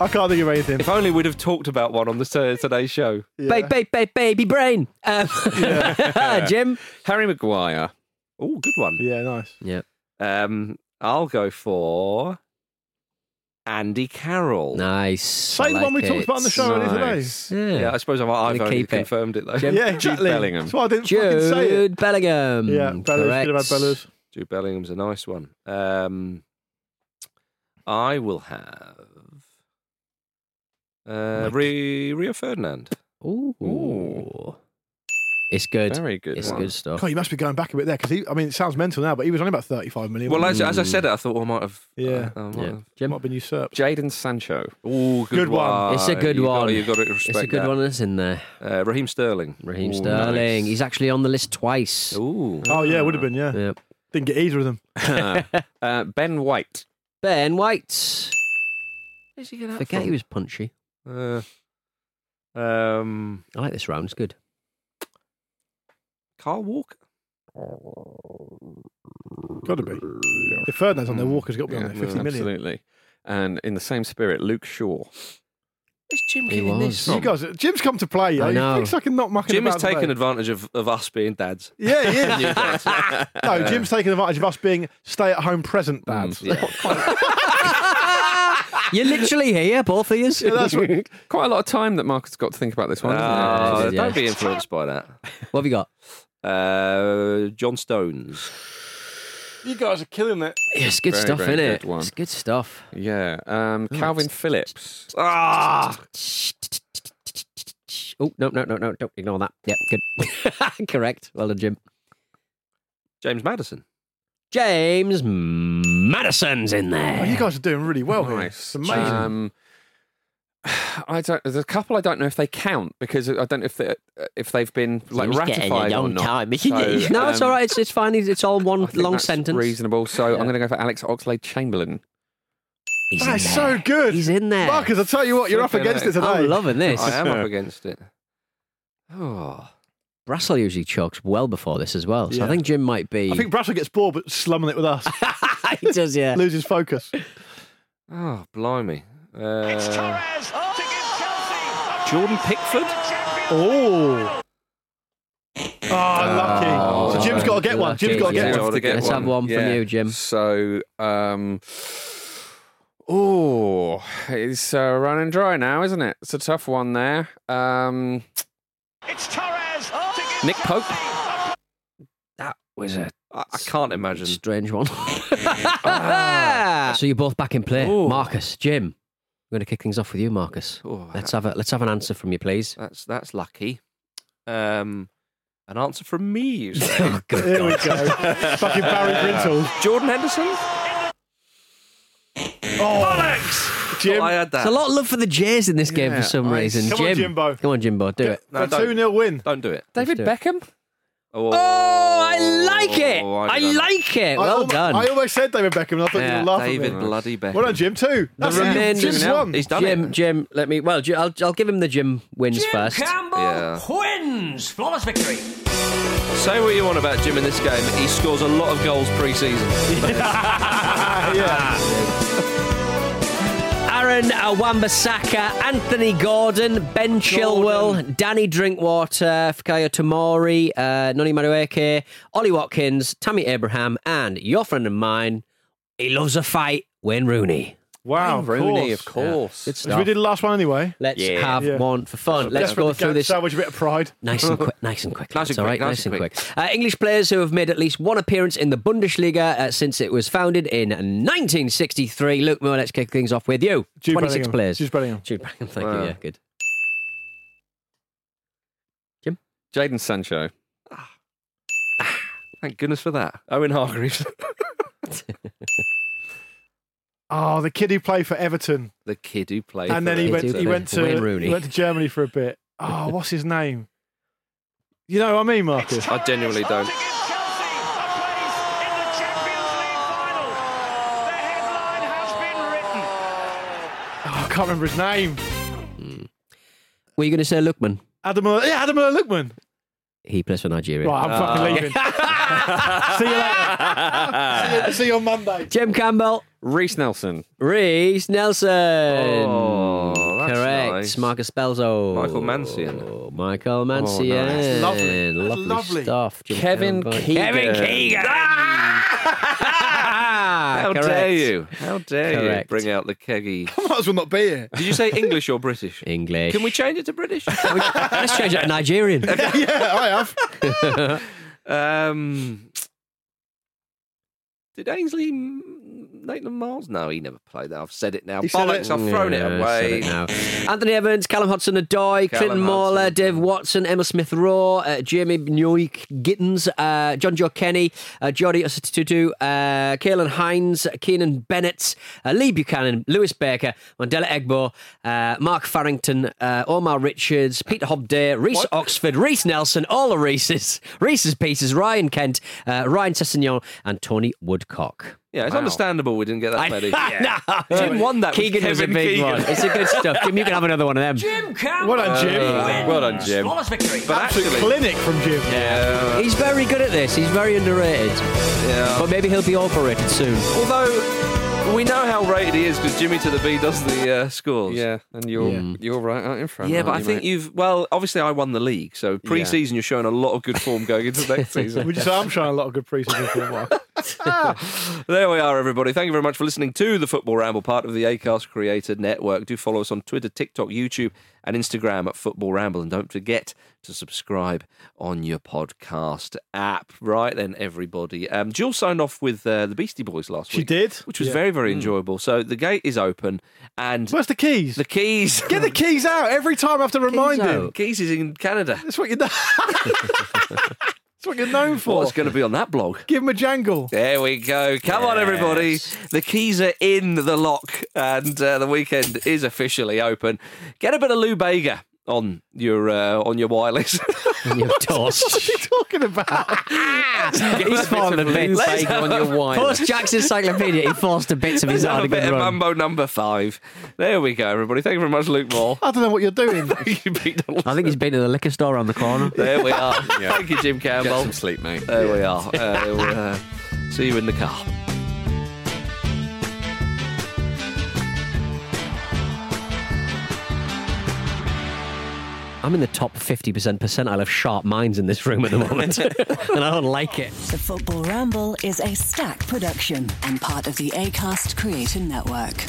[SPEAKER 2] I can't think of anything.
[SPEAKER 3] If only we'd have talked about one on the t- today's show.
[SPEAKER 1] Ba- ba- ba- baby brain. Um, Jim.
[SPEAKER 4] Harry Maguire.
[SPEAKER 3] Oh, good one.
[SPEAKER 2] Yeah, nice.
[SPEAKER 1] Yeah.
[SPEAKER 3] Um, I'll go for Andy Carroll.
[SPEAKER 1] Nice.
[SPEAKER 2] Say the one we talked about on the show earlier today.
[SPEAKER 4] Nice.
[SPEAKER 1] Yeah.
[SPEAKER 3] Yeah, I suppose I've, I've
[SPEAKER 1] Gonna
[SPEAKER 3] only
[SPEAKER 1] keep it.
[SPEAKER 3] confirmed it though.
[SPEAKER 1] Jim?
[SPEAKER 2] Yeah, exactly.
[SPEAKER 4] Bellingham.
[SPEAKER 2] That's why I didn't fucking say it.
[SPEAKER 1] Jude Bellingham.
[SPEAKER 2] Yeah, Bellows.
[SPEAKER 1] Correct.
[SPEAKER 2] Could have had Bellows.
[SPEAKER 3] Jude Bellingham's a nice one. Um, I will have uh, Ri- Rio Ferdinand.
[SPEAKER 1] Ooh.
[SPEAKER 4] Ooh.
[SPEAKER 1] It's good.
[SPEAKER 4] Very good
[SPEAKER 1] It's
[SPEAKER 4] one.
[SPEAKER 1] good stuff.
[SPEAKER 2] God, you must be going back a bit there because he. I mean, it sounds mental now, but he was only about thirty-five million.
[SPEAKER 3] Well, as,
[SPEAKER 2] wasn't
[SPEAKER 3] as I said it, I
[SPEAKER 4] "Oh,
[SPEAKER 3] thought well, I might have.
[SPEAKER 4] uh,
[SPEAKER 2] Yeah.
[SPEAKER 3] I, I might
[SPEAKER 1] Yeah.
[SPEAKER 3] have-
[SPEAKER 2] he?
[SPEAKER 1] Jim.
[SPEAKER 2] might have been usurped.
[SPEAKER 4] Jaden Sancho.
[SPEAKER 3] Ooh, good,
[SPEAKER 2] Good one.
[SPEAKER 1] It's a good
[SPEAKER 3] You got-
[SPEAKER 1] one.
[SPEAKER 3] you got to respect
[SPEAKER 1] It's a good
[SPEAKER 3] that.
[SPEAKER 1] one, that's in there.
[SPEAKER 3] Uh, Raheem Sterling.
[SPEAKER 1] Raheem
[SPEAKER 4] Ooh,
[SPEAKER 1] Sterling.
[SPEAKER 4] nice.
[SPEAKER 1] He's actually on the list twice.
[SPEAKER 3] Ooh.
[SPEAKER 2] Oh yeah, would have been. Yeah,
[SPEAKER 1] Yeah.
[SPEAKER 2] didn't get either of them.
[SPEAKER 4] Uh, ben White.
[SPEAKER 1] Ben White. Forget he was punchy.
[SPEAKER 3] Uh,
[SPEAKER 4] Uh,
[SPEAKER 3] um,
[SPEAKER 1] I like this round. It's good.
[SPEAKER 3] Carl Walker.
[SPEAKER 2] Got to be. If Ferdinand's on there, Walker's got to be
[SPEAKER 4] Yeah,
[SPEAKER 2] on there. Fifty
[SPEAKER 4] no,
[SPEAKER 2] million.
[SPEAKER 4] Absolutely. And in the same spirit, Luke Shaw.
[SPEAKER 3] Is Jim
[SPEAKER 1] He
[SPEAKER 3] getting
[SPEAKER 1] was.
[SPEAKER 3] this?
[SPEAKER 2] You
[SPEAKER 3] From?
[SPEAKER 2] guys, Jim's come to play. You
[SPEAKER 1] I know.
[SPEAKER 2] know. He thinks I can not mucking
[SPEAKER 3] Jim is
[SPEAKER 2] about today.
[SPEAKER 3] taking advantage of, of us being dads.
[SPEAKER 2] Yeah, he is.
[SPEAKER 1] Mm.
[SPEAKER 2] no, Jim's taking advantage of us being stay-at-home present dads.
[SPEAKER 3] Yeah.
[SPEAKER 1] You're literally here, both of you.
[SPEAKER 4] Quite a lot of time that Marcus got to think about this one.
[SPEAKER 3] Ah,
[SPEAKER 4] hasn't
[SPEAKER 1] Yeah.
[SPEAKER 4] he?
[SPEAKER 3] Don't be influenced by that.
[SPEAKER 1] What have you got?
[SPEAKER 3] Uh, John Stones.
[SPEAKER 2] You guys are killing it.
[SPEAKER 1] Yeah, It's good
[SPEAKER 4] Very,
[SPEAKER 1] stuff,
[SPEAKER 4] very
[SPEAKER 1] innit?
[SPEAKER 4] good one.
[SPEAKER 1] It's good stuff.
[SPEAKER 4] Yeah. Um, Calvin Phillips.
[SPEAKER 3] Ah,
[SPEAKER 1] Oh, no, no, no, no. Don't ignore that. Yeah, good. Correct. Well done, Jim.
[SPEAKER 3] James Madison.
[SPEAKER 1] James Madison's in
[SPEAKER 2] Oh, you
[SPEAKER 1] there.
[SPEAKER 2] guys are doing really well here. It's
[SPEAKER 4] Nice.
[SPEAKER 2] amazing.
[SPEAKER 4] Um, I don't. There's a couple I don't know if they count because I don't know if they if they've been like
[SPEAKER 1] He's getting a
[SPEAKER 4] ratified or
[SPEAKER 1] young
[SPEAKER 4] not.
[SPEAKER 1] time, isn't he? no, it's
[SPEAKER 4] um,
[SPEAKER 1] all right. It's, it's fine. It's, it's all
[SPEAKER 4] I
[SPEAKER 1] one
[SPEAKER 4] think
[SPEAKER 1] long
[SPEAKER 4] that's
[SPEAKER 1] sentence.
[SPEAKER 4] Reasonable. So I'm going to go for Alex Oxlade Chamberlain.
[SPEAKER 1] He's in
[SPEAKER 2] That is
[SPEAKER 1] there.
[SPEAKER 2] so good.
[SPEAKER 1] He's in there.
[SPEAKER 2] Marcus, I tell you what, you're up
[SPEAKER 4] Flipping
[SPEAKER 2] against it today.
[SPEAKER 1] I'm loving this.
[SPEAKER 3] I am up against it. Oh,
[SPEAKER 1] Brassel usually chokes well before this as well. So I
[SPEAKER 2] Yeah.
[SPEAKER 1] think Jim might be.
[SPEAKER 2] I think Brassel gets bored, but slumming it with us
[SPEAKER 1] he does, yeah.
[SPEAKER 2] loses focus.
[SPEAKER 3] oh, blimey. Uh, Jordan Pickford.
[SPEAKER 2] Oh. Oh,
[SPEAKER 4] oh,
[SPEAKER 2] lucky. So Jim's got to get one.
[SPEAKER 1] Oh, lucky,
[SPEAKER 2] Jim's got to
[SPEAKER 1] yeah.
[SPEAKER 2] get
[SPEAKER 1] Got
[SPEAKER 2] one.
[SPEAKER 1] to get Let's have one from you, Jim.
[SPEAKER 4] So, um, oh, it's uh, running dry now, isn't it? It's a tough one there. Um, it's Torres. Nick Pope.
[SPEAKER 1] That was a
[SPEAKER 3] I, I can't imagine.
[SPEAKER 1] strange one. Ah. so you're both back in play. Marcus, Jim. I'm going to kick things off with you, Marcus.
[SPEAKER 3] Oh,
[SPEAKER 1] Let's have a let's have an answer from you, please.
[SPEAKER 3] that's that's lucky. Um, an answer from me. You say.
[SPEAKER 1] Oh, good
[SPEAKER 2] Here we
[SPEAKER 1] God.
[SPEAKER 2] go. Fucking Barry Brintle.
[SPEAKER 3] Jordan Henderson.
[SPEAKER 2] Jim.
[SPEAKER 3] I had
[SPEAKER 1] There's a
[SPEAKER 3] that.
[SPEAKER 1] lot of love for the J's in this game for some reason.
[SPEAKER 2] Come on,
[SPEAKER 1] Jim.
[SPEAKER 2] Jimbo.
[SPEAKER 1] Come on, Jimbo. Do it.
[SPEAKER 3] No,
[SPEAKER 2] A
[SPEAKER 3] don't.
[SPEAKER 2] 2 0 win.
[SPEAKER 3] Don't do it.
[SPEAKER 4] David
[SPEAKER 1] do it.
[SPEAKER 4] Beckham.
[SPEAKER 3] Oh,
[SPEAKER 1] Oh, I like it.
[SPEAKER 3] Oh,
[SPEAKER 1] I
[SPEAKER 3] did
[SPEAKER 1] like it.
[SPEAKER 2] I
[SPEAKER 1] Well
[SPEAKER 2] almost,
[SPEAKER 1] done.
[SPEAKER 2] I almost said David Beckham, and I thought you
[SPEAKER 1] Yeah,
[SPEAKER 2] were laughing
[SPEAKER 3] David
[SPEAKER 2] at me.
[SPEAKER 3] bloody Beckham.
[SPEAKER 2] Well done, Jim, too. That's it.
[SPEAKER 1] remainder-
[SPEAKER 2] Jim's
[SPEAKER 3] now-
[SPEAKER 2] one.
[SPEAKER 3] He's done
[SPEAKER 1] Jim,
[SPEAKER 3] it.
[SPEAKER 1] Jim, let me. Well, Jim, I'll, I'll give him the Jim wins first.
[SPEAKER 9] Campbell
[SPEAKER 3] Yeah.
[SPEAKER 9] wins! Flawless victory.
[SPEAKER 3] Say what you want about Jim in this game. He scores a lot of goals pre-season.
[SPEAKER 2] yeah.
[SPEAKER 1] Aaron Wambasaka, Anthony Gordon, Ben Chilwell, Danny Drinkwater, Fikayo Tomori, uh, Noni Madueke, Ollie Watkins, Tammy Abraham, and your friend of mine, he loves a fight, Wayne Rooney.
[SPEAKER 2] Wow.
[SPEAKER 4] Wayne Rooney,
[SPEAKER 2] of
[SPEAKER 4] of
[SPEAKER 2] course.
[SPEAKER 4] course.
[SPEAKER 1] Good
[SPEAKER 2] So We
[SPEAKER 1] stuff.
[SPEAKER 2] did the last one anyway.
[SPEAKER 1] Let's
[SPEAKER 3] Yeah.
[SPEAKER 1] have
[SPEAKER 2] Yeah.
[SPEAKER 1] one for fun. Let's
[SPEAKER 2] Desperate
[SPEAKER 1] go
[SPEAKER 2] to
[SPEAKER 1] through
[SPEAKER 2] get-
[SPEAKER 1] this
[SPEAKER 2] Salvage a bit of pride.
[SPEAKER 1] Nice and quick, nice and quick.
[SPEAKER 3] Nice
[SPEAKER 1] That's
[SPEAKER 3] and
[SPEAKER 1] all right,
[SPEAKER 3] quick,
[SPEAKER 1] nice, and quick. Uh, English players who have made at least one appearance in the Bundesliga uh, since it was founded in 1963. Luke Moore, let's kick things off with you.
[SPEAKER 2] Jude
[SPEAKER 1] 26
[SPEAKER 2] Bellingham.
[SPEAKER 1] players.
[SPEAKER 2] Jude Bellingham.
[SPEAKER 1] Jude Bellingham, thank
[SPEAKER 4] Wow.
[SPEAKER 1] you. Yeah, good.
[SPEAKER 4] Jaden Sancho.
[SPEAKER 3] Ah. Thank goodness for that. Owen Hargreaves.
[SPEAKER 2] Oh, the kid who played for Everton.
[SPEAKER 3] the kid who played.
[SPEAKER 2] and then
[SPEAKER 3] for
[SPEAKER 2] he
[SPEAKER 3] them.
[SPEAKER 2] went.
[SPEAKER 1] Everton.
[SPEAKER 2] He went to
[SPEAKER 1] Wayne Rooney.
[SPEAKER 2] he went to Germany for a bit. Oh, what's his name? You know what I mean, Marcus?
[SPEAKER 3] I genuinely don't.
[SPEAKER 2] Oh, I can't remember his name.
[SPEAKER 1] Were you going to say Lookman?
[SPEAKER 2] Adam, yeah, Adam Lookman.
[SPEAKER 1] He plays for Nigeria.
[SPEAKER 2] Right, I'm fucking leaving. See you later. see, you, see you on Monday.
[SPEAKER 1] Jim Campbell,
[SPEAKER 4] Reese Nelson.
[SPEAKER 1] Reese Nelson.
[SPEAKER 3] Oh, that's
[SPEAKER 1] Correct.
[SPEAKER 3] nice.
[SPEAKER 1] Marcus Belzo.
[SPEAKER 3] Michael Oh, Mansian.
[SPEAKER 1] Michael Mansian.
[SPEAKER 4] nice.
[SPEAKER 2] Lovely. That's
[SPEAKER 1] Lovely,
[SPEAKER 2] lovely.
[SPEAKER 1] stuff. Jim
[SPEAKER 4] Kevin
[SPEAKER 1] Campbell.
[SPEAKER 4] Keegan.
[SPEAKER 1] Kevin Keegan.
[SPEAKER 3] How
[SPEAKER 1] How
[SPEAKER 3] Ah, dare you? How dare
[SPEAKER 1] Correct.
[SPEAKER 3] you bring out the keggy?
[SPEAKER 2] Might as well not be here.
[SPEAKER 3] Did you say English or British?
[SPEAKER 1] English.
[SPEAKER 3] Can we change it to British?
[SPEAKER 1] Let's change it to Nigerian.
[SPEAKER 2] yeah, I have.
[SPEAKER 3] um, did Ainsley M- Nathan Miles? No, he never played that. I've said it now.
[SPEAKER 2] He said
[SPEAKER 3] Bollocks!
[SPEAKER 2] it.
[SPEAKER 3] I've thrown
[SPEAKER 1] Yeah,
[SPEAKER 3] it
[SPEAKER 1] said
[SPEAKER 3] away.
[SPEAKER 1] it now. Anthony Evans, Callum Hudson Odoi, Clinton Mauler,
[SPEAKER 3] Hudson-Odoi.
[SPEAKER 1] Dave Watson, Emma Smith Raw, uh, Jamie Newik Gittins, uh, John Joe Kenny, uh, Jody Osatutu, uh, Caelan Hines, Keenan Bennett, uh, Lee Buchanan, Lewis Baker, Mandela Egbo, uh, Mark Farrington, uh, Omar Richards, Peter Hobday, Reese Oxford, Reese Nelson, all the Reese's, Reese's Pieces, Ryan Kent, uh, Ryan Sessignon, and Tony Woodcock.
[SPEAKER 3] Yeah, it's
[SPEAKER 4] Wow.
[SPEAKER 3] understandable we didn't get that many.
[SPEAKER 1] no.
[SPEAKER 3] Jim won that with
[SPEAKER 1] Keegan was a
[SPEAKER 3] Kevin
[SPEAKER 1] big
[SPEAKER 3] Keegan.
[SPEAKER 1] one. It's a good stuff. Jim, you can have another one of them.
[SPEAKER 9] Jim Campbell
[SPEAKER 2] Well
[SPEAKER 3] Uh,
[SPEAKER 2] done, Jim.
[SPEAKER 9] wins!
[SPEAKER 4] well done, Jim.
[SPEAKER 9] Flawless victory.
[SPEAKER 3] But
[SPEAKER 2] Absolute
[SPEAKER 3] actually,
[SPEAKER 2] clinic from Jim.
[SPEAKER 3] yeah,
[SPEAKER 1] He's very good at this. He's very underrated.
[SPEAKER 3] yeah.
[SPEAKER 1] But maybe he'll be overrated soon.
[SPEAKER 3] Although we know how rated he is because Jimmy to the B does the uh, scores.
[SPEAKER 4] Yeah, and you're you're right out in front.
[SPEAKER 3] Yeah, but I
[SPEAKER 4] aren't
[SPEAKER 3] think
[SPEAKER 4] you,
[SPEAKER 3] you've well, obviously I won the league, so pre-season you're showing a lot of good form going into next season.
[SPEAKER 2] Would you say I'm showing a lot of good preseason for a while?
[SPEAKER 3] there we are, everybody. Thank you very much for listening to the Football Ramble, part of the ACAST Creator Network. Do follow us on Twitter, TikTok, YouTube, and Instagram at Football Ramble. And don't forget to subscribe on your podcast app. Right then, everybody. Um, Jill signed off with uh, the Beastie Boys last
[SPEAKER 2] She
[SPEAKER 3] week.
[SPEAKER 2] did?
[SPEAKER 3] Which was
[SPEAKER 2] Yeah. Hmm.
[SPEAKER 3] very, very enjoyable. So the gate is open. And
[SPEAKER 2] Where's the keys?
[SPEAKER 3] the keys.
[SPEAKER 2] Get the keys out every time I have to remind him.
[SPEAKER 3] Keys is in Canada.
[SPEAKER 2] That's what you're. That's what you're known for.
[SPEAKER 3] What's going to be on that blog?
[SPEAKER 2] Give him a jangle.
[SPEAKER 3] There we go. Come on, everybody. The keys are in the lock, and uh, the weekend is officially open. Get a bit of Lou Bega on your uh, on your wireless.
[SPEAKER 1] You're tossed.
[SPEAKER 2] What are you talking about?
[SPEAKER 1] He's fallen a bit
[SPEAKER 3] Let's
[SPEAKER 1] on your wine. Post Jack's encyclopedia, he forced a bit of
[SPEAKER 3] Let's
[SPEAKER 1] his
[SPEAKER 3] have a
[SPEAKER 1] article
[SPEAKER 3] bit of
[SPEAKER 1] run.
[SPEAKER 3] Mambo number five. There we go, everybody. Thank you very much, Luke Moore.
[SPEAKER 2] I don't know what you're doing.
[SPEAKER 3] Thank you, Pete Donaldson.
[SPEAKER 1] I think he's been to the liquor store around the corner.
[SPEAKER 3] There we are. Thank you, Jim
[SPEAKER 4] Get
[SPEAKER 3] Campbell.
[SPEAKER 4] some sleep, mate.
[SPEAKER 3] There we are. Uh, we'll, uh, see you in the car.
[SPEAKER 1] I'm in the top 50% percentile of sharp minds in this room at the moment, and I don't like it.
[SPEAKER 10] The Football Ramble is a stack production and part of the ACAST Creator Network.